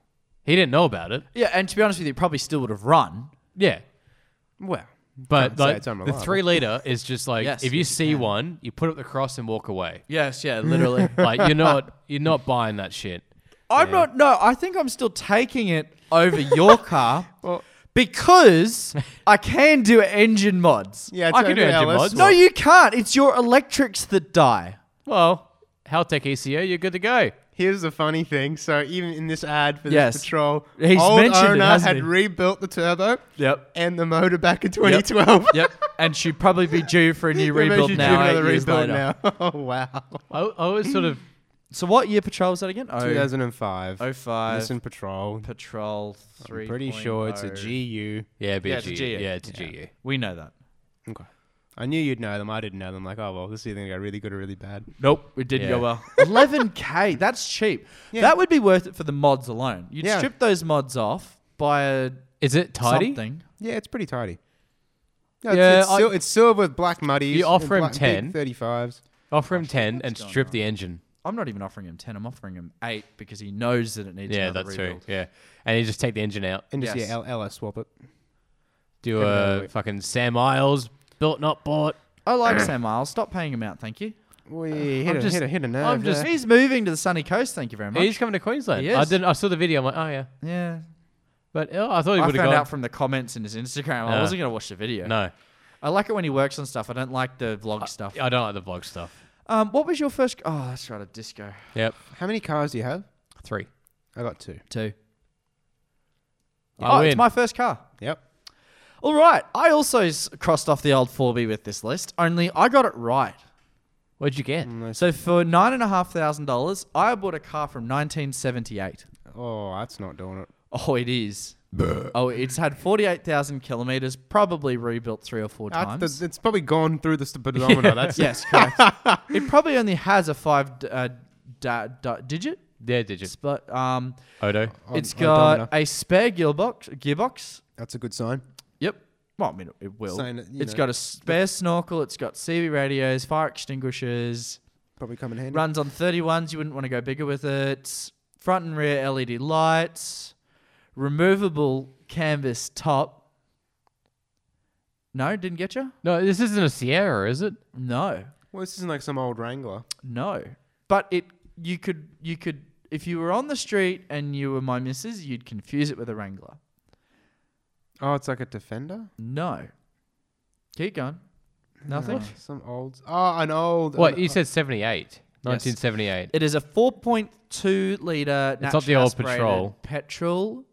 Speaker 1: He didn't know about it.
Speaker 4: Yeah, and to be honest with you, it probably still would have run.
Speaker 1: Yeah,
Speaker 3: Well,
Speaker 1: but
Speaker 3: Can't say
Speaker 1: like
Speaker 3: it's
Speaker 1: the
Speaker 3: unreliable.
Speaker 1: three liter is just like
Speaker 4: Yes,
Speaker 1: if you
Speaker 4: yes, you
Speaker 1: see one, you put up the cross and walk away.
Speaker 4: Yes, yeah, literally.
Speaker 1: Like you're not you're not buying that shit.
Speaker 4: I'm not. No, I think I'm still taking it over your car
Speaker 3: Well-
Speaker 4: because I can do engine mods.
Speaker 3: yeah, it's
Speaker 1: I can do
Speaker 3: only
Speaker 1: engine
Speaker 3: Ella
Speaker 1: mods.
Speaker 4: No,
Speaker 3: swap.
Speaker 4: you can't. It's your electrics that die.
Speaker 1: Well, Haltech ECO, you're good to go.
Speaker 3: Here's the funny thing. So even in this ad for
Speaker 4: Yes.
Speaker 3: this patrol,
Speaker 4: He's
Speaker 3: old
Speaker 4: mentioned it,
Speaker 3: owner
Speaker 4: hasn't
Speaker 3: had
Speaker 4: he?
Speaker 3: rebuilt the turbo
Speaker 4: Yep.
Speaker 3: and the motor back in 2012.
Speaker 4: Yep. And she'd probably be due for a new
Speaker 3: Maybe I
Speaker 4: rebuild
Speaker 3: should
Speaker 4: now.
Speaker 3: do
Speaker 4: Eight
Speaker 3: another
Speaker 4: years
Speaker 3: rebuild
Speaker 4: later.
Speaker 3: now. Oh wow.
Speaker 1: I, I always sort of
Speaker 4: So what year patrol is that again? Oh,
Speaker 3: 2005.
Speaker 4: 05.
Speaker 3: Nissan Patrol.
Speaker 4: patrol three. oh.
Speaker 3: I'm pretty sure it's a GU.
Speaker 1: yeah, BG,
Speaker 4: Yeah, it's a GU.
Speaker 1: yeah, it's a E. GU.
Speaker 4: We know that.
Speaker 3: Okay. I knew you'd know them. I didn't know them. Like, oh well, this is either gonna go really good or really bad.
Speaker 4: Nope, it didn't
Speaker 1: Yeah.
Speaker 4: go well. 11k, that's cheap.
Speaker 3: Yeah.
Speaker 4: That would be worth it for the mods alone. You'd
Speaker 3: Yeah.
Speaker 4: strip those mods off, buy a
Speaker 1: Is it tidy?
Speaker 4: something.
Speaker 3: Yeah, it's pretty tidy. No, it's,
Speaker 1: Yeah,
Speaker 3: it's,
Speaker 1: I-
Speaker 3: sil- it's silver with black muddies.
Speaker 1: You offer
Speaker 3: and
Speaker 1: him
Speaker 3: black-
Speaker 1: 10.
Speaker 3: big 35s.
Speaker 1: Offer him ten and
Speaker 4: going
Speaker 1: strip the engine.
Speaker 4: I'm not even offering him 10. I'm offering him 8 because he knows that it needs
Speaker 1: Yeah,
Speaker 4: another
Speaker 1: that's true.
Speaker 4: rebuild.
Speaker 1: Yeah, and you just take the engine out,
Speaker 3: And just
Speaker 4: Yes.
Speaker 3: yeah, L- LS swap it.
Speaker 1: do
Speaker 3: Give it another
Speaker 1: a
Speaker 3: week.
Speaker 1: fucking Sam Isles built not bought.
Speaker 4: I like Sam Miles. Stop paying him out, thank you.
Speaker 3: We hit,
Speaker 1: I'm
Speaker 3: a,
Speaker 1: just-
Speaker 3: hit a hit a nerve.
Speaker 1: I'm just-
Speaker 3: there.
Speaker 4: He's moving to the sunny coast, thank you very much.
Speaker 1: He's coming to Queensland.
Speaker 4: He
Speaker 1: I
Speaker 4: is.
Speaker 1: didn't. I saw the video. I'm like, oh yeah,
Speaker 4: yeah.
Speaker 1: but oh, I thought he
Speaker 4: I
Speaker 1: would
Speaker 4: found
Speaker 1: have gone.
Speaker 4: out from the comments in his Instagram. I
Speaker 1: Uh,
Speaker 4: wasn't going to watch the video.
Speaker 1: no, Uh,
Speaker 4: I like it when he works on stuff. I don't like the vlog stuff.
Speaker 1: I don't like the vlog stuff.
Speaker 4: Um, what was your first? Oh, that's right, a disco.
Speaker 1: Yep,
Speaker 3: How many cars do you have?
Speaker 1: three.
Speaker 3: I got two.
Speaker 4: Two.
Speaker 1: I
Speaker 4: oh, it's
Speaker 1: win.
Speaker 4: my first car.
Speaker 3: Yep.
Speaker 4: All right. I also s- crossed off the old 4B with this list, only I got it right.
Speaker 1: What'd you
Speaker 3: Mm,
Speaker 1: get?
Speaker 4: So for $9,500, I bought a car from 1978.
Speaker 3: Oh, that's not doing it.
Speaker 4: Oh, it is. Oh, it's had 48,000 kilometers, probably rebuilt three or four
Speaker 3: That's
Speaker 4: times.
Speaker 3: the- Ah, it's probably gone through the speedometer. That's
Speaker 4: yes, correct. it probably only has a five d- uh, da, da, digit,
Speaker 1: Yeah, did you?
Speaker 4: but um,
Speaker 1: Odo.
Speaker 4: it's got
Speaker 3: odometer.
Speaker 4: a spare gearbox. Gearbox.
Speaker 3: That's a good sign.
Speaker 4: Yep. Well, I mean, it- it will.
Speaker 3: Saying that, you
Speaker 4: It's
Speaker 3: know,
Speaker 4: got a spare snorkel. It's got CV radios, fire extinguishers.
Speaker 3: Probably come in handy.
Speaker 4: Runs on 31s. You wouldn't want to go bigger with it. Front and rear LED lights. Removable canvas top. No, didn't get you?
Speaker 1: No, this isn't a Sierra, is it?
Speaker 4: No.
Speaker 3: Well, this isn't like some old Wrangler.
Speaker 4: No. But it you could you could if you were on the street and you were my missus, you'd confuse it with a Wrangler.
Speaker 3: Oh, it's like a Defender.
Speaker 4: No. Keep going. Nothing.
Speaker 3: Oh, some old. Oh, an old.
Speaker 1: What
Speaker 3: an-
Speaker 1: you said, seventy-eight. 1978.
Speaker 4: It is a 4.2 litre
Speaker 1: not
Speaker 4: naturally
Speaker 1: the old
Speaker 4: aspirated
Speaker 1: Patrol.
Speaker 4: Petrol.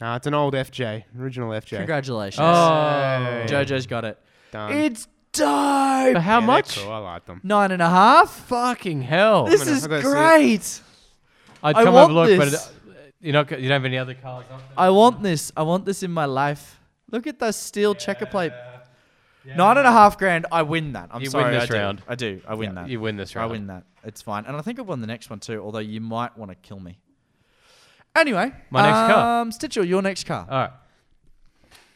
Speaker 3: Nah, it's an old FJ. Original FJ.
Speaker 4: Congratulations.
Speaker 1: Oh,
Speaker 4: JoJo's got it.
Speaker 3: Done.
Speaker 4: It's dope.
Speaker 1: but how
Speaker 3: Yeah, they're
Speaker 1: much?
Speaker 3: Cool. I like them.
Speaker 4: Nine and a half.
Speaker 1: Fucking hell!
Speaker 4: This
Speaker 3: gonna-
Speaker 4: is
Speaker 3: I'm gonna see it.
Speaker 4: great.
Speaker 1: I'd
Speaker 4: I
Speaker 1: come
Speaker 4: want
Speaker 1: over look, but
Speaker 4: this.
Speaker 1: it, you're not. go- You don't have any other cars. Up there?
Speaker 4: I want this. I want this in my life. Look at those steel checker plate. Nine and a half grand. I win that. I'm
Speaker 1: You win
Speaker 4: sorry.
Speaker 1: this
Speaker 4: I do.
Speaker 1: round.
Speaker 4: I do. I win that.
Speaker 1: You win this
Speaker 4: I
Speaker 1: round.
Speaker 4: win that. It's fine. And I think I won the next one too. Although you might want to kill me. Anyway,
Speaker 1: My next car. Uh,
Speaker 4: Um, Stitcher, your next car.
Speaker 1: All right.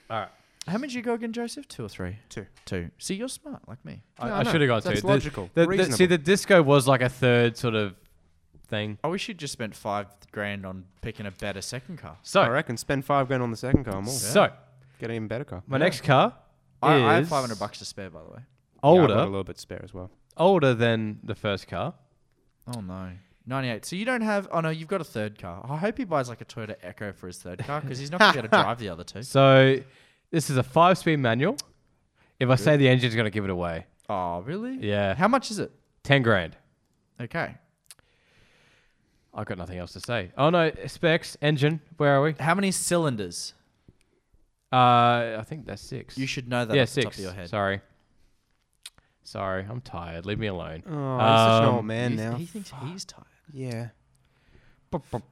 Speaker 1: All right.
Speaker 4: How many did you go again, Joseph? Two or three?
Speaker 3: Two.
Speaker 4: Two. See, you're smart like me.
Speaker 1: I,
Speaker 3: Yeah,
Speaker 1: I,
Speaker 3: I know.
Speaker 1: should have gone
Speaker 3: That's
Speaker 1: two.
Speaker 3: logical,
Speaker 1: The, the, see,
Speaker 3: reasonable.
Speaker 1: the disco was like a third sort of thing.
Speaker 4: I wish you'd just spent five grand on picking a better second car.
Speaker 1: So,
Speaker 3: I reckon spend five grand on the second car. I'm all
Speaker 1: so
Speaker 3: get an even better car.
Speaker 1: my next car
Speaker 4: I,
Speaker 1: is
Speaker 4: I have 500 bucks to spare, by the way.
Speaker 3: Yeah, I've got
Speaker 1: older,
Speaker 3: a little bit spare as well.
Speaker 1: older than the first car.
Speaker 4: Oh no. 98. So you don't have. Oh no, you've got a third car. I hope he buys like a Toyota Echo for his third car because he's not going to be able to drive the other two.
Speaker 1: So this is a five-speed manual. If I say the engine's going to give it away,
Speaker 4: Oh, really?
Speaker 1: Yeah.
Speaker 4: How much is it?
Speaker 1: ten grand.
Speaker 4: Okay.
Speaker 1: I've got nothing else to say. Oh no, specs, engine. Where are we?
Speaker 4: How many cylinders?
Speaker 1: Uh, I think that's six.
Speaker 4: You should know that
Speaker 1: yeah,
Speaker 4: off the
Speaker 1: six.
Speaker 4: top of your head.
Speaker 1: Sorry. Sorry, I'm tired. Leave me alone.
Speaker 3: Oh, he's such an
Speaker 1: Um,
Speaker 3: old man
Speaker 4: He's-
Speaker 3: now.
Speaker 4: He thinks he's tired.
Speaker 3: yeah.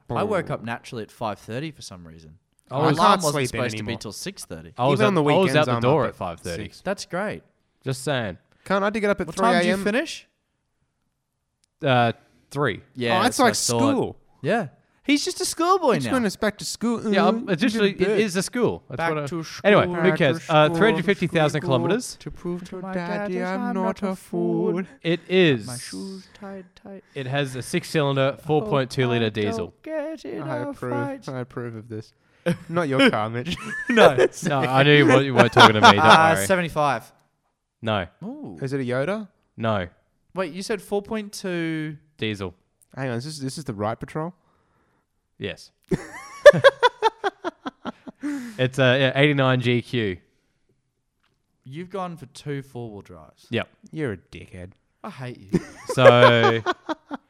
Speaker 4: I woke up naturally at 5:30 for some reason.
Speaker 3: Oh,
Speaker 4: My
Speaker 3: I
Speaker 4: alarm
Speaker 3: can't
Speaker 4: wasn't
Speaker 3: sleep in
Speaker 4: supposed to be
Speaker 3: anymore.
Speaker 4: till 6:30.
Speaker 1: I was,
Speaker 3: Even
Speaker 1: at,
Speaker 3: on the
Speaker 1: I was
Speaker 3: weekends,
Speaker 1: out the
Speaker 3: I'm
Speaker 1: door
Speaker 3: up
Speaker 1: at
Speaker 3: at
Speaker 1: five thirty.
Speaker 3: six.
Speaker 4: That's great.
Speaker 1: Just saying.
Speaker 3: Can't I did get up at
Speaker 4: What
Speaker 3: 3
Speaker 4: time do you
Speaker 3: a.m.?
Speaker 4: finish?
Speaker 1: Uh, three.
Speaker 4: Yeah,
Speaker 3: oh, that's
Speaker 4: what I
Speaker 3: like
Speaker 4: thought.
Speaker 3: school.
Speaker 4: Yeah, he's just a schoolboy
Speaker 3: It's
Speaker 4: now.
Speaker 3: going back to school.
Speaker 1: Yeah, I'm, it's literally it
Speaker 3: Bed.
Speaker 1: is a school. That's
Speaker 4: Back
Speaker 1: what I,
Speaker 4: to school.
Speaker 1: Anyway,
Speaker 4: Back
Speaker 1: who
Speaker 4: to
Speaker 1: cares? Uh,
Speaker 4: school,
Speaker 1: three hundred fifty thousand
Speaker 4: school.
Speaker 1: kilometers.
Speaker 3: To prove to
Speaker 4: my
Speaker 3: daddy
Speaker 4: daddy
Speaker 3: I'm
Speaker 4: I'm
Speaker 3: not
Speaker 4: not
Speaker 3: a
Speaker 4: a fool.
Speaker 3: fool.
Speaker 1: It is.
Speaker 4: My shoes Oh, tied tight.
Speaker 1: It has a six-cylinder, four point two liter diesel.
Speaker 3: I approve. I approve of this. Not your car, Mitch.
Speaker 4: No,
Speaker 1: No, I knew you weren't, you weren't talking to me. Don't
Speaker 4: uh,
Speaker 1: worry.
Speaker 4: seventy-five.
Speaker 1: No,
Speaker 4: Ooh.
Speaker 3: Is it a Yoda?
Speaker 1: no,
Speaker 4: Wait, you said four point two.
Speaker 1: diesel.
Speaker 3: Hang on, is this this is the right patrol?
Speaker 1: Yes. it's a yeah, eighty-nine GQ.
Speaker 4: You've gone for two four-wheel drives.
Speaker 1: Yep.
Speaker 3: You're a dickhead.
Speaker 4: I hate you.
Speaker 1: So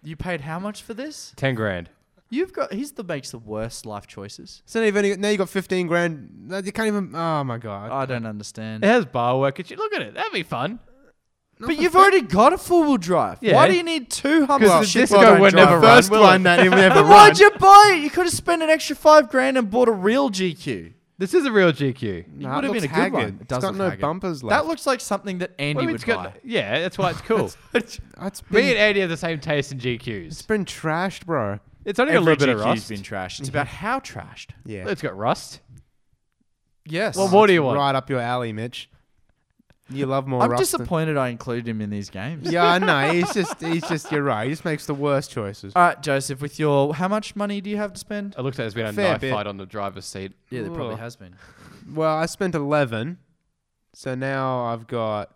Speaker 4: you paid how much for this?
Speaker 1: ten grand.
Speaker 4: You've got. He's the makes the worst life choices.
Speaker 3: So now you've, only, now you got 15 grand. No, You can't even. Oh my god.
Speaker 4: I don't
Speaker 1: It
Speaker 4: understand.
Speaker 1: has bar work. It should- Look at it. That'd be fun.
Speaker 4: But you've already got a four-wheel drive.
Speaker 1: Yeah.
Speaker 4: Why do you need two Hummer?
Speaker 1: Well, the disco would never run, will it?
Speaker 3: that he never
Speaker 4: Then why'd you buy it? You could have spent an extra five grand and bought a real GQ.
Speaker 1: This is a real GQ.
Speaker 4: It would've been a good one. It
Speaker 3: It has
Speaker 4: does
Speaker 3: got
Speaker 4: look
Speaker 3: no
Speaker 4: haggard.
Speaker 3: bumpers left.
Speaker 4: That looks like something that Andy
Speaker 1: Well,
Speaker 4: would
Speaker 1: it's got-
Speaker 4: buy.
Speaker 1: yeah, that's why it's cool.
Speaker 3: That's been,
Speaker 1: Me and Andy have the same taste in
Speaker 3: it's
Speaker 1: GQs.
Speaker 3: been trashed, bro.
Speaker 1: It's only a little bit of rust. Mm-hmm.
Speaker 4: been trashed. It's about how trashed.
Speaker 3: Yeah.
Speaker 1: It's got rust.
Speaker 4: Yes.
Speaker 1: Well, what do you want?
Speaker 3: Right up your alley, Mitch. You love more.
Speaker 4: I'm
Speaker 3: rust than-
Speaker 4: disappointed I included him in these games.
Speaker 3: Yeah, I know. He's just, he's just. You're right. He just makes the worst choices.
Speaker 4: All right, Uh, Joseph, with your how much money do you have to spend?
Speaker 1: I looked like there's been a
Speaker 3: Fair
Speaker 1: knife
Speaker 3: bit.
Speaker 1: fight on the driver's seat.
Speaker 4: Uh, Yeah,
Speaker 3: there probably
Speaker 4: has been.
Speaker 3: Well, I spent eleven, so now I've got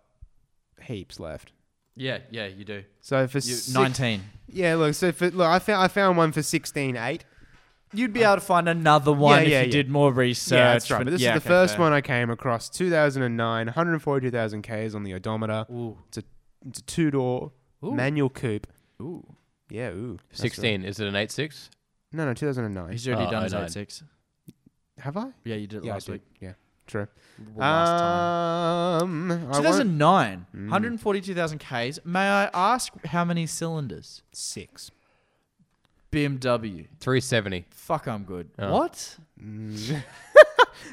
Speaker 3: heaps left.
Speaker 4: Yeah, yeah, you do.
Speaker 3: So for
Speaker 4: You,
Speaker 3: six-
Speaker 4: 19.
Speaker 3: yeah, look. So for, look, I found I found one for sixteen eight.
Speaker 4: You'd be able to find another one
Speaker 3: Yeah, yeah,
Speaker 4: if you
Speaker 3: yeah.
Speaker 4: did more research.
Speaker 3: yeah, that's right.
Speaker 4: but-
Speaker 3: But this
Speaker 4: yeah,
Speaker 3: is the
Speaker 4: okay,
Speaker 3: first
Speaker 4: fair.
Speaker 3: one I came across. 2009, 142,000 k's on the odometer.
Speaker 4: Ooh.
Speaker 3: It's a it's a two door
Speaker 4: Ooh.
Speaker 3: manual coupe.
Speaker 4: Ooh.
Speaker 3: Yeah, ooh. that's right.
Speaker 1: 16. Is it an 8.6?
Speaker 3: No, no, 2009.
Speaker 4: He's already
Speaker 1: Oh,
Speaker 4: done his
Speaker 1: 09.
Speaker 4: 86.
Speaker 3: Have I?
Speaker 4: Uh, Yeah, you did it
Speaker 3: Yeah,
Speaker 4: last
Speaker 3: I
Speaker 4: week.
Speaker 3: did. Uh, Yeah, true.
Speaker 4: Well, last time.
Speaker 3: um, I want
Speaker 4: 2009,
Speaker 3: Hmm.
Speaker 4: 142,000 Ks. May I ask how many cylinders?
Speaker 3: six.
Speaker 4: BMW.
Speaker 1: 370.
Speaker 4: Fuck, I'm good.
Speaker 1: Oh.
Speaker 4: What?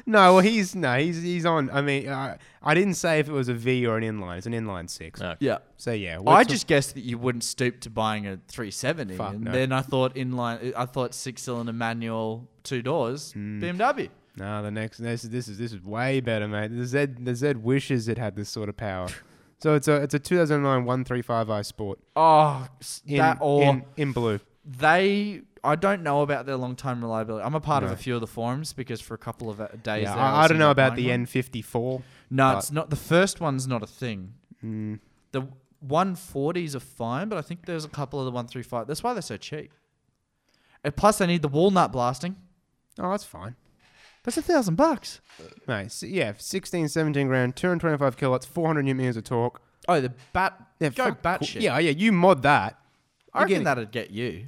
Speaker 3: No, well, he's no, he's he's on. I mean, I I didn't say if it was a V or an inline. It's an inline six.
Speaker 1: No.
Speaker 4: Yeah.
Speaker 3: So yeah,
Speaker 4: I
Speaker 3: we're t-
Speaker 4: just guessed that you wouldn't stoop to buying a 370.
Speaker 3: Fuck
Speaker 4: and
Speaker 3: no.
Speaker 4: then I thought inline, I thought six cylinder manual, two doors,
Speaker 3: Hmm.
Speaker 4: BMW.
Speaker 3: no. The next this is this is this is way better, mate. The Z the Z wishes it had this sort of power. so it's a it's a 2009 135i Sport
Speaker 4: Oh, s-
Speaker 3: in
Speaker 4: that or
Speaker 3: in, in blue.
Speaker 4: they. I don't know about their long time reliability. I'm a part of a few of the forums because for a couple of uh, days,
Speaker 3: Yeah,
Speaker 4: there
Speaker 3: I, I
Speaker 4: was
Speaker 3: don't know
Speaker 4: not
Speaker 3: about
Speaker 4: buying
Speaker 3: the
Speaker 4: one.
Speaker 3: N54.
Speaker 4: No,
Speaker 3: but-
Speaker 4: it's not. The first one's not a thing.
Speaker 3: Mm.
Speaker 4: The 140s are fine, but I think there's a couple of the 135. That's why they're so cheap. And plus, they need the walnut blasting.
Speaker 3: Oh, that's fine.
Speaker 4: That's a thousand bucks.
Speaker 3: Mate, s- yeah, 16, 17 grand, 225 kilowatts, 400 newton meters of torque.
Speaker 4: Oh, the bat.
Speaker 3: Yeah,
Speaker 4: go
Speaker 3: fuck,
Speaker 4: bat
Speaker 3: cool.
Speaker 4: shit.
Speaker 3: Yeah, yeah, you mod that.
Speaker 4: I reckon
Speaker 3: Again-
Speaker 4: that'd get you.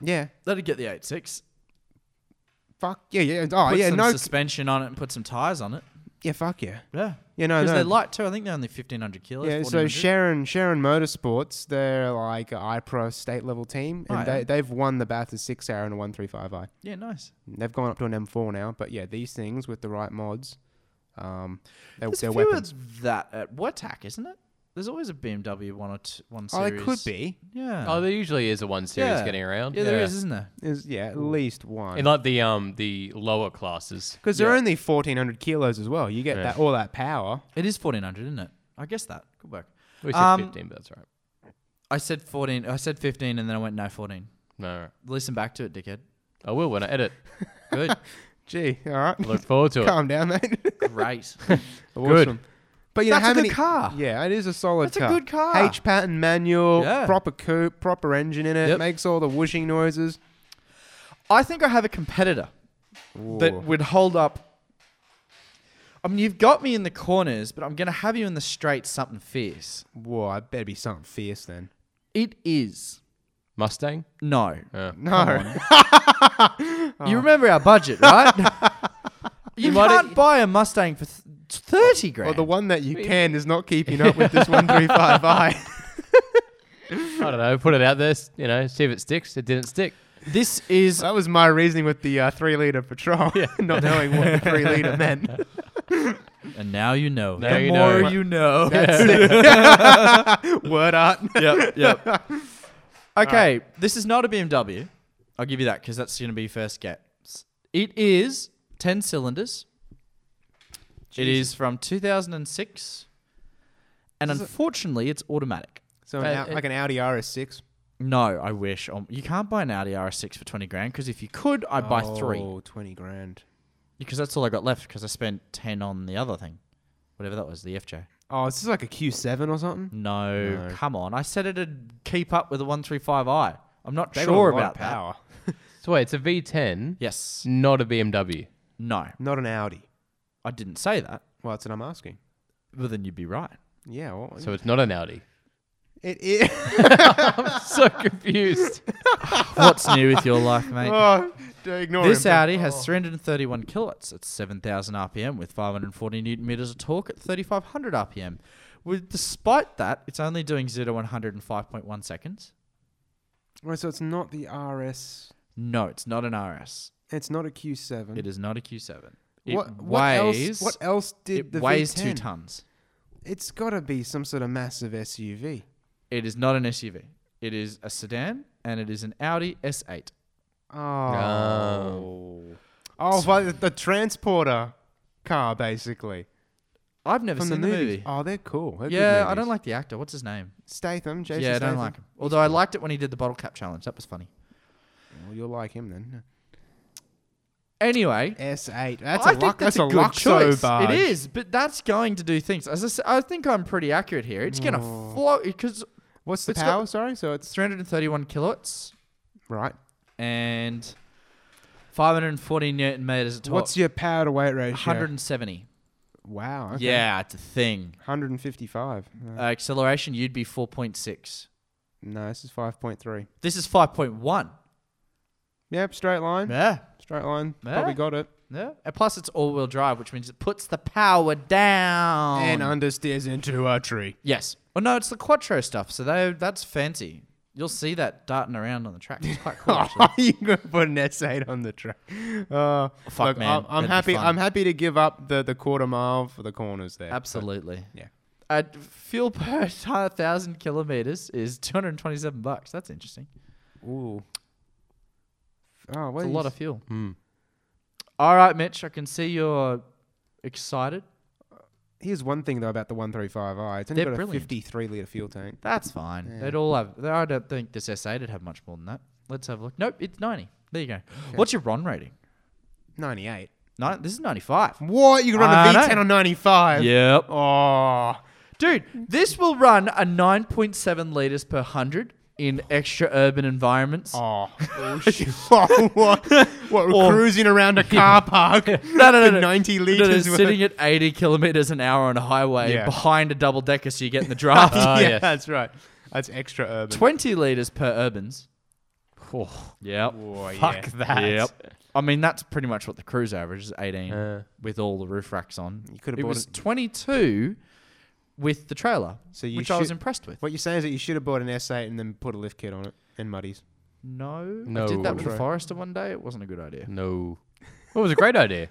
Speaker 3: Yeah,
Speaker 4: That'd get the 86.
Speaker 3: fuck yeah, yeah. Oh
Speaker 4: put
Speaker 3: yeah,
Speaker 4: some
Speaker 3: no,
Speaker 4: suspension on it and put some tires on it.
Speaker 3: yeah, fuck yeah.
Speaker 4: Yeah.
Speaker 3: Yeah, no,
Speaker 4: Because
Speaker 3: no.
Speaker 4: they're light too. I think they're only 1500 kilos.
Speaker 3: Yeah, so
Speaker 4: 1400.
Speaker 3: Sharon Sharon Motorsports, they're like an IPRO state level team, and
Speaker 4: Oh,
Speaker 3: they,
Speaker 4: yeah.
Speaker 3: they've won the Bathurst six hour and a one three five i.
Speaker 4: Yeah, nice.
Speaker 3: They've gone up to an M4 now, but yeah, these things with the right mods, um, they're,
Speaker 4: There's
Speaker 3: they're
Speaker 4: a few
Speaker 3: weapons.
Speaker 4: of that at WTAC, isn't it? There's always a BMW one or two, one
Speaker 3: Oh,
Speaker 4: series.
Speaker 3: it could be,
Speaker 4: Yeah.
Speaker 1: Oh, there usually is a one series
Speaker 4: Yeah.
Speaker 1: getting around.
Speaker 4: yeah, there is, isn't there?
Speaker 3: is yeah, at least
Speaker 1: In
Speaker 3: one.
Speaker 1: like the um the lower classes.
Speaker 3: Because they're only fourteen hundred kilos as well. You get that all that power.
Speaker 4: It is 1400, isn't it? I guess that. Good work.
Speaker 1: We said
Speaker 4: Um,
Speaker 1: 15, but that's right.
Speaker 4: I said 14. I said 15, and then I went no 14.
Speaker 1: No,
Speaker 4: Listen back to it, dickhead.
Speaker 1: I will when I edit.
Speaker 4: Good,
Speaker 3: Gee, all right.
Speaker 1: I look forward to it.
Speaker 3: Calm down, mate.
Speaker 4: great.
Speaker 1: Good.
Speaker 3: Awesome. But you know
Speaker 4: That's
Speaker 3: how
Speaker 4: a good
Speaker 3: many
Speaker 4: car.
Speaker 3: Yeah, it is a solid
Speaker 4: That's a
Speaker 3: car.
Speaker 4: good car.
Speaker 3: H pattern manual,
Speaker 4: Yeah.
Speaker 3: proper coupe, proper engine in it,
Speaker 4: Yep.
Speaker 3: makes all the whooshing noises.
Speaker 4: I think I have a competitor
Speaker 3: Ooh.
Speaker 4: that would hold up. I mean, you've got me in the corners, but I'm gonna have you in the straight something fierce.
Speaker 3: Whoa, I better be something fierce then.
Speaker 4: It is
Speaker 1: Mustang.
Speaker 4: no.
Speaker 1: Yeah.
Speaker 3: No.
Speaker 4: You remember our budget, right? you
Speaker 1: might-
Speaker 4: can't buy a Mustang for th- thirty grand.
Speaker 3: Well, the one that you can is not keeping up with this 135i.
Speaker 1: I don't know. Put it out there. s- You know, see if it sticks. It didn't stick.
Speaker 4: this is
Speaker 3: that was my reasoning with the uh, three litre petrol, not knowing what the three litre meant.
Speaker 4: And now you know.
Speaker 1: Now
Speaker 4: the
Speaker 1: you
Speaker 4: more
Speaker 1: know.
Speaker 4: you know.
Speaker 3: Word art.
Speaker 4: yep, yep. Okay, this is not a BMW. I'll give you that because that's going to be your first guess. It is 10 cylinders. It is from 2006. And unfortunately, it's automatic.
Speaker 3: So, an,
Speaker 4: Uh,
Speaker 3: Au- like an Audi RS6.
Speaker 4: No, I wish. Um, you can't buy an Audi RS6 for 20 grand because if you could, I'd buy three
Speaker 3: Oh, 20 grand.
Speaker 4: because that's all I got left because I spent 10 on the other thing. Whatever that was, the FJ.
Speaker 3: Oh, is this like a Q7 or something?
Speaker 4: No,
Speaker 3: No.
Speaker 4: come on. I said it'd keep up with the 135i. I'm not
Speaker 3: They got a
Speaker 4: sure
Speaker 3: lot of
Speaker 4: about that.
Speaker 3: power.
Speaker 1: So wait, it's a V10,
Speaker 4: Yes.
Speaker 1: not a BMW.
Speaker 4: No,
Speaker 3: Not an Audi.
Speaker 4: I didn't say that.
Speaker 3: Well, that's what I'm asking.
Speaker 4: Well, then you'd be right.
Speaker 3: Yeah. Well,
Speaker 1: So it's not an Audi.
Speaker 3: it is.
Speaker 1: so confused.
Speaker 4: What's new with your life, mate?
Speaker 3: oh, do ignore
Speaker 4: This
Speaker 3: him.
Speaker 4: Audi has 331 kilowatts at 7,000 RPM with 540 newton meters of torque at 3,500 RPM. With, despite that, it's only doing 0 to 100 in 5.1 seconds.
Speaker 3: Right, so it's not the RS.
Speaker 4: No, it's not an RS.
Speaker 3: It's not a Q7.
Speaker 4: It is not a Q7. It
Speaker 3: What, what
Speaker 4: weighs.
Speaker 3: else? What else did
Speaker 4: it
Speaker 3: the
Speaker 4: weighs
Speaker 3: V10?
Speaker 4: two tons.
Speaker 3: It's got to be some sort of massive SUV.
Speaker 4: It is not an SUV. It is a sedan, and it is an Audi S8.
Speaker 3: Oh.
Speaker 1: Um,
Speaker 3: Oh, but the, the transporter car, basically.
Speaker 4: I've never
Speaker 3: From the
Speaker 4: seen the,
Speaker 3: movies.
Speaker 4: movie.
Speaker 3: Oh, they're cool. They're good
Speaker 4: yeah, I don't
Speaker 3: movies.
Speaker 4: like the actor. What's his name?
Speaker 3: Statham. Jason
Speaker 4: yeah, I don't
Speaker 3: Statham.
Speaker 4: like him. Although I liked it when he did the bottle cap challenge. That was funny.
Speaker 3: Well, you'll like him then.
Speaker 4: Anyway,
Speaker 3: S8. That's
Speaker 4: I
Speaker 3: a
Speaker 4: think
Speaker 3: luck.
Speaker 4: that's, a, good
Speaker 3: Luxo
Speaker 4: choice.
Speaker 3: barge.
Speaker 4: It is, but that's going to do things. As I, s- I think I'm pretty accurate here. It's gonna float because
Speaker 3: What's the
Speaker 4: It's got-
Speaker 3: power? Sorry, so it's
Speaker 4: 331 kilowatts
Speaker 3: right.
Speaker 4: and 540 newton meters of torque.
Speaker 3: What's your power to weight ratio?
Speaker 4: 170?
Speaker 3: Wow. Okay.
Speaker 4: Yeah, it's a thing.
Speaker 3: 155. Uh,
Speaker 4: Uh, acceleration, you'd be 4.6.
Speaker 3: no, this is 5.3.
Speaker 4: This is 5.1.
Speaker 3: Yep, straight line.
Speaker 4: Yeah.
Speaker 3: Straight line.
Speaker 4: Yeah.
Speaker 3: Probably got it.
Speaker 4: Yeah. And plus, it's all wheel drive, which means it puts the power down.
Speaker 3: And understeers into a tree.
Speaker 4: Yes. Well, no, it's the Quattro stuff. So they, that's fancy. You'll see that darting around on the track. It's quite cool. actually.
Speaker 3: you gonna put an S8 on the track? Uh,
Speaker 4: Fuck,
Speaker 3: look,
Speaker 4: man.
Speaker 3: I'm, I'm
Speaker 4: That'd be
Speaker 3: happy.
Speaker 4: fun.
Speaker 3: I'm happy to give up the, the quarter mile for the corners there.
Speaker 4: Absolutely.
Speaker 3: But, yeah.
Speaker 4: Uh, fuel per thousand kilometers is 227 bucks. That's interesting.
Speaker 3: Ooh. Oh,
Speaker 4: It's
Speaker 3: what
Speaker 4: a
Speaker 3: is-
Speaker 4: lot of fuel. All right, Mitch. I can see you're excited.
Speaker 3: Here's one thing though about the 135i. It's only
Speaker 4: They're
Speaker 3: got a
Speaker 4: brilliant.
Speaker 3: 53 liter fuel tank.
Speaker 4: That's fine. They'd all have. they- I don't think this S8 would have much more than that. Let's have a look. Nope, it's 90. There you go. What's your RON rating?
Speaker 3: 98.
Speaker 4: Nine, this is 95.
Speaker 3: What? You can run
Speaker 4: I
Speaker 3: a
Speaker 4: know.
Speaker 3: V10 on 95?
Speaker 4: Yep.
Speaker 3: Oh.
Speaker 4: Dude, this will run a 9.7 liters per 100 in extra urban environments.
Speaker 3: Oh, bullshit. oh what? What, we're
Speaker 4: Or-
Speaker 3: cruising around a car park?
Speaker 4: No, no, no,
Speaker 3: for
Speaker 4: no.
Speaker 3: 90
Speaker 4: No, no,
Speaker 3: litres worth.
Speaker 4: sitting at 80 kilometers an hour on a highway
Speaker 3: Yeah. Oh,
Speaker 4: behind a double decker so you get in the draft.
Speaker 1: Ah,
Speaker 3: yeah,
Speaker 1: yes.
Speaker 3: that's right. That's extra urban.
Speaker 4: 20 liters per urbans.
Speaker 1: Oh,
Speaker 4: Yep.
Speaker 3: Oh, yeah.
Speaker 1: fuck that.
Speaker 4: Yep. I mean, that's pretty much what the cruise average is 18
Speaker 1: Uh.
Speaker 4: with all the roof racks on.
Speaker 3: You could have
Speaker 4: It
Speaker 3: bought
Speaker 4: was
Speaker 3: it-
Speaker 4: 22 with the trailer,
Speaker 3: So you
Speaker 4: which I was
Speaker 3: should-
Speaker 4: impressed with.
Speaker 3: What you're saying is that you should have bought an S8 and then put a lift kit on it and muddies.
Speaker 4: No, I
Speaker 1: No.
Speaker 4: did that with the
Speaker 3: Right.
Speaker 4: Forester one day. It wasn't a good idea.
Speaker 1: No. Well, it was a great idea.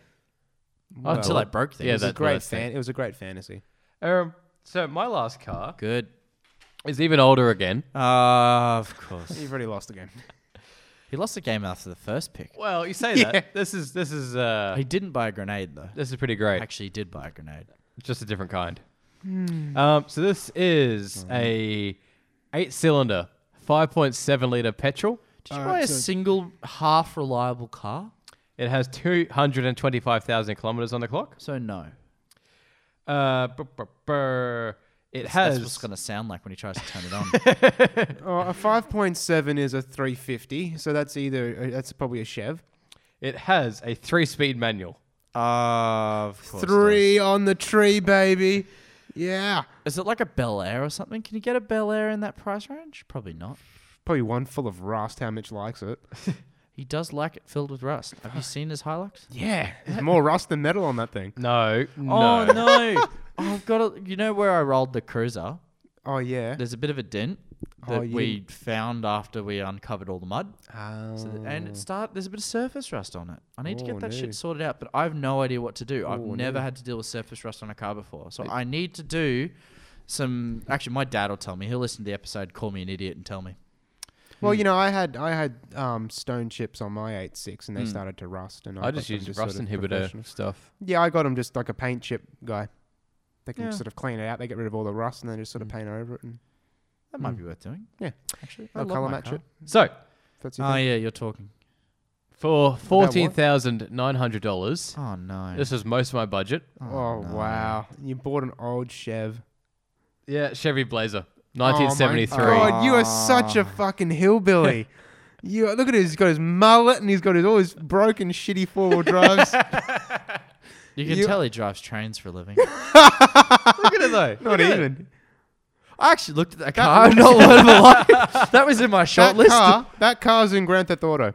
Speaker 4: Until I broke things.
Speaker 1: Yeah,
Speaker 3: It was a
Speaker 1: that's what I
Speaker 3: great
Speaker 1: was thinking.
Speaker 3: fan. It was a great fantasy.
Speaker 1: Um, so my last car
Speaker 4: Good.
Speaker 1: is even older again.
Speaker 4: Ah, of course.
Speaker 3: You've already lost again.
Speaker 4: He lost the game after the first pick.
Speaker 1: Well, you say
Speaker 3: Yeah.
Speaker 1: that. This is this is uh
Speaker 4: He didn't buy a grenade though.
Speaker 1: this is pretty great.
Speaker 4: Actually, he did buy a grenade.
Speaker 1: Just a different kind. Um, so this is a Eight cylinder, 5.7 litre petrol.
Speaker 4: Did you buy a single half reliable car?
Speaker 1: It has 225,000 kilometres on the clock.
Speaker 4: So no.
Speaker 1: Uh, br- br- br- it
Speaker 4: That's
Speaker 1: has.
Speaker 4: what it's going to sound like when he tries to turn it on.
Speaker 3: Oh, a 5.7 is a 350, so that's either uh, that's probably a Chev.
Speaker 1: It has a three-speed manual.
Speaker 4: Ah, of course.
Speaker 3: Three on the tree, baby. Yeah,
Speaker 4: Is it like a Bel Air or something? Can you get a Bel Air in that price range? Probably not.
Speaker 3: probably one full of rust. How much likes it?
Speaker 4: He does like it filled with rust. Have you seen his Hilux?
Speaker 3: Yeah, there's more rust than metal on that thing.
Speaker 1: No, no.
Speaker 4: Oh no! Oh, I've got a, you know where I rolled the cruiser.
Speaker 3: Oh yeah.
Speaker 4: There's a bit of a dent
Speaker 3: Oh,
Speaker 4: that
Speaker 3: you
Speaker 4: we found after we uncovered all the mud.
Speaker 3: Uh,
Speaker 4: So th- and it start there's a bit of surface rust on it. I need to
Speaker 3: Oh,
Speaker 4: get that
Speaker 3: no.
Speaker 4: shit sorted out, but I have no idea what to do. I've
Speaker 3: Oh,
Speaker 4: never
Speaker 3: no.
Speaker 4: had to deal with surface rust on a car before, so I need to do some. Actually, my dad will tell me. He'll listen to the episode, call me an idiot, and tell me.
Speaker 3: Well, you know, I had I had um, stone chips on my 8.6 and they started to rust. And I,
Speaker 1: Hmm. I
Speaker 3: got
Speaker 1: just
Speaker 3: them
Speaker 1: use
Speaker 3: just
Speaker 1: rust
Speaker 3: sort of
Speaker 1: inhibitor
Speaker 3: professional-
Speaker 1: stuff.
Speaker 3: Yeah, I got them just like a paint chip guy. They can
Speaker 4: Yeah.
Speaker 3: sort of clean it out. They get rid of all the rust and then just sort of paint over it and
Speaker 4: That might be worth doing.
Speaker 3: Yeah.
Speaker 4: actually, I
Speaker 3: they'll
Speaker 4: love
Speaker 3: color
Speaker 4: my
Speaker 3: match
Speaker 4: car.
Speaker 3: it.
Speaker 1: So,
Speaker 3: If that's your
Speaker 4: Oh
Speaker 3: thing.
Speaker 4: yeah, you're talking.
Speaker 1: for
Speaker 3: what?
Speaker 1: $14,900,
Speaker 4: Oh no.
Speaker 1: this was most of my budget.
Speaker 3: Oh, wow! You bought an old Chev.
Speaker 1: Yeah, Chevy Blazer,
Speaker 3: Oh
Speaker 1: 1973.
Speaker 3: my God, you are such a fucking hillbilly. you look at it. He's got his mullet and he's got his all his broken, shitty four wheel drives.
Speaker 4: you can
Speaker 3: you-
Speaker 4: tell he drives trains for a living.
Speaker 1: Look at it though.
Speaker 3: Not even
Speaker 4: I actually looked at that car. I'm not one of my life. That was in my short
Speaker 3: that
Speaker 4: list.
Speaker 3: car. That car's in Grand Theft Auto.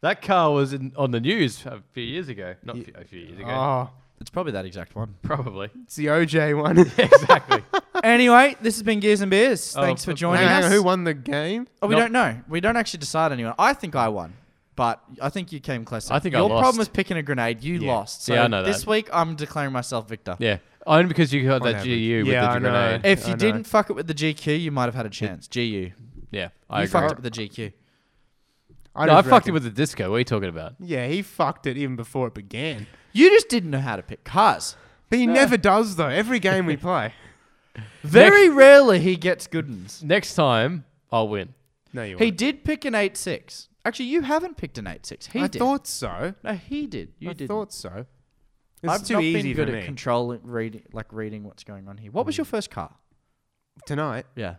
Speaker 1: That car was in, on the news a few years ago. Not few- a few years ago.
Speaker 3: Oh,
Speaker 4: It's probably that exact one.
Speaker 1: Probably.
Speaker 3: it's the OJ one.
Speaker 1: exactly.
Speaker 4: anyway, this has been Gears and Beers.
Speaker 1: Oh,
Speaker 4: Thanks for
Speaker 1: but-
Speaker 4: joining
Speaker 3: Hang on, hang
Speaker 4: us.
Speaker 3: on, who won the game?
Speaker 4: Oh, we
Speaker 1: Nope.
Speaker 4: don't know. We don't actually decide anyone. I think I won, but I think you came closer.
Speaker 1: I think I
Speaker 4: your
Speaker 1: lost.
Speaker 4: problem was picking a grenade. You
Speaker 1: Yeah.
Speaker 4: lost. So
Speaker 1: Yeah, I know
Speaker 4: this
Speaker 1: that.
Speaker 4: week I'm declaring myself victor.
Speaker 1: Yeah. Only because you got
Speaker 3: On
Speaker 1: that
Speaker 3: average.
Speaker 1: GU with
Speaker 3: Yeah,
Speaker 1: the
Speaker 3: I know.
Speaker 1: grenade.
Speaker 4: If
Speaker 3: I
Speaker 4: you
Speaker 3: know.
Speaker 4: didn't fuck it with the GQ, you might have had a chance. GU, you
Speaker 1: Yeah, I agree.
Speaker 4: fucked it with the GQ.
Speaker 1: No, I
Speaker 3: just
Speaker 1: fucked it
Speaker 3: reckon-
Speaker 1: with the disco. What are you talking about?
Speaker 3: Yeah, he fucked it even before it began.
Speaker 4: You just didn't know how to pick cars.
Speaker 3: But he never does though. Every game we play.
Speaker 4: Very rarely he gets good ones.
Speaker 1: Next time, I'll win.
Speaker 3: No, you.
Speaker 4: He did pick an eight six. Actually, you haven't picked an eight six. He
Speaker 3: I
Speaker 4: did.
Speaker 3: thought so.
Speaker 4: no, he did. You
Speaker 3: I
Speaker 4: did.
Speaker 3: thought so. It's
Speaker 4: I've
Speaker 3: too
Speaker 4: not
Speaker 3: easy
Speaker 4: been good
Speaker 3: for
Speaker 4: at
Speaker 3: me. Mm.
Speaker 4: controlling, reading, like reading what's going on here. What was your first car?
Speaker 3: Tonight,
Speaker 4: Yeah,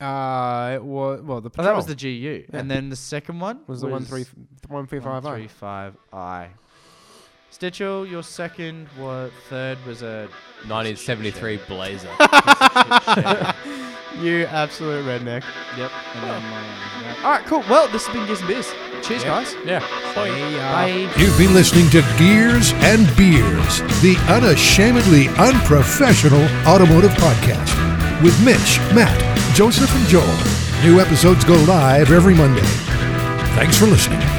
Speaker 3: uh, it was well the
Speaker 4: oh, that was the
Speaker 3: Patrol
Speaker 4: GU, and then the second one
Speaker 3: was the one three one three five oh.
Speaker 4: one three
Speaker 3: I.
Speaker 4: five I. Stitchell, your second, what third was a
Speaker 1: 1973 Blazer.
Speaker 3: You absolute redneck.
Speaker 4: yep. And then mine. All right, cool. Well, this has been Gears and Beers. Cheers, guys.
Speaker 1: yeah.
Speaker 4: Bye.
Speaker 2: You've been listening to Gears and Beers, the unashamedly unprofessional automotive podcast with Mitch, Matt, Joseph, and Joel. New episodes go live every Monday. Thanks for listening.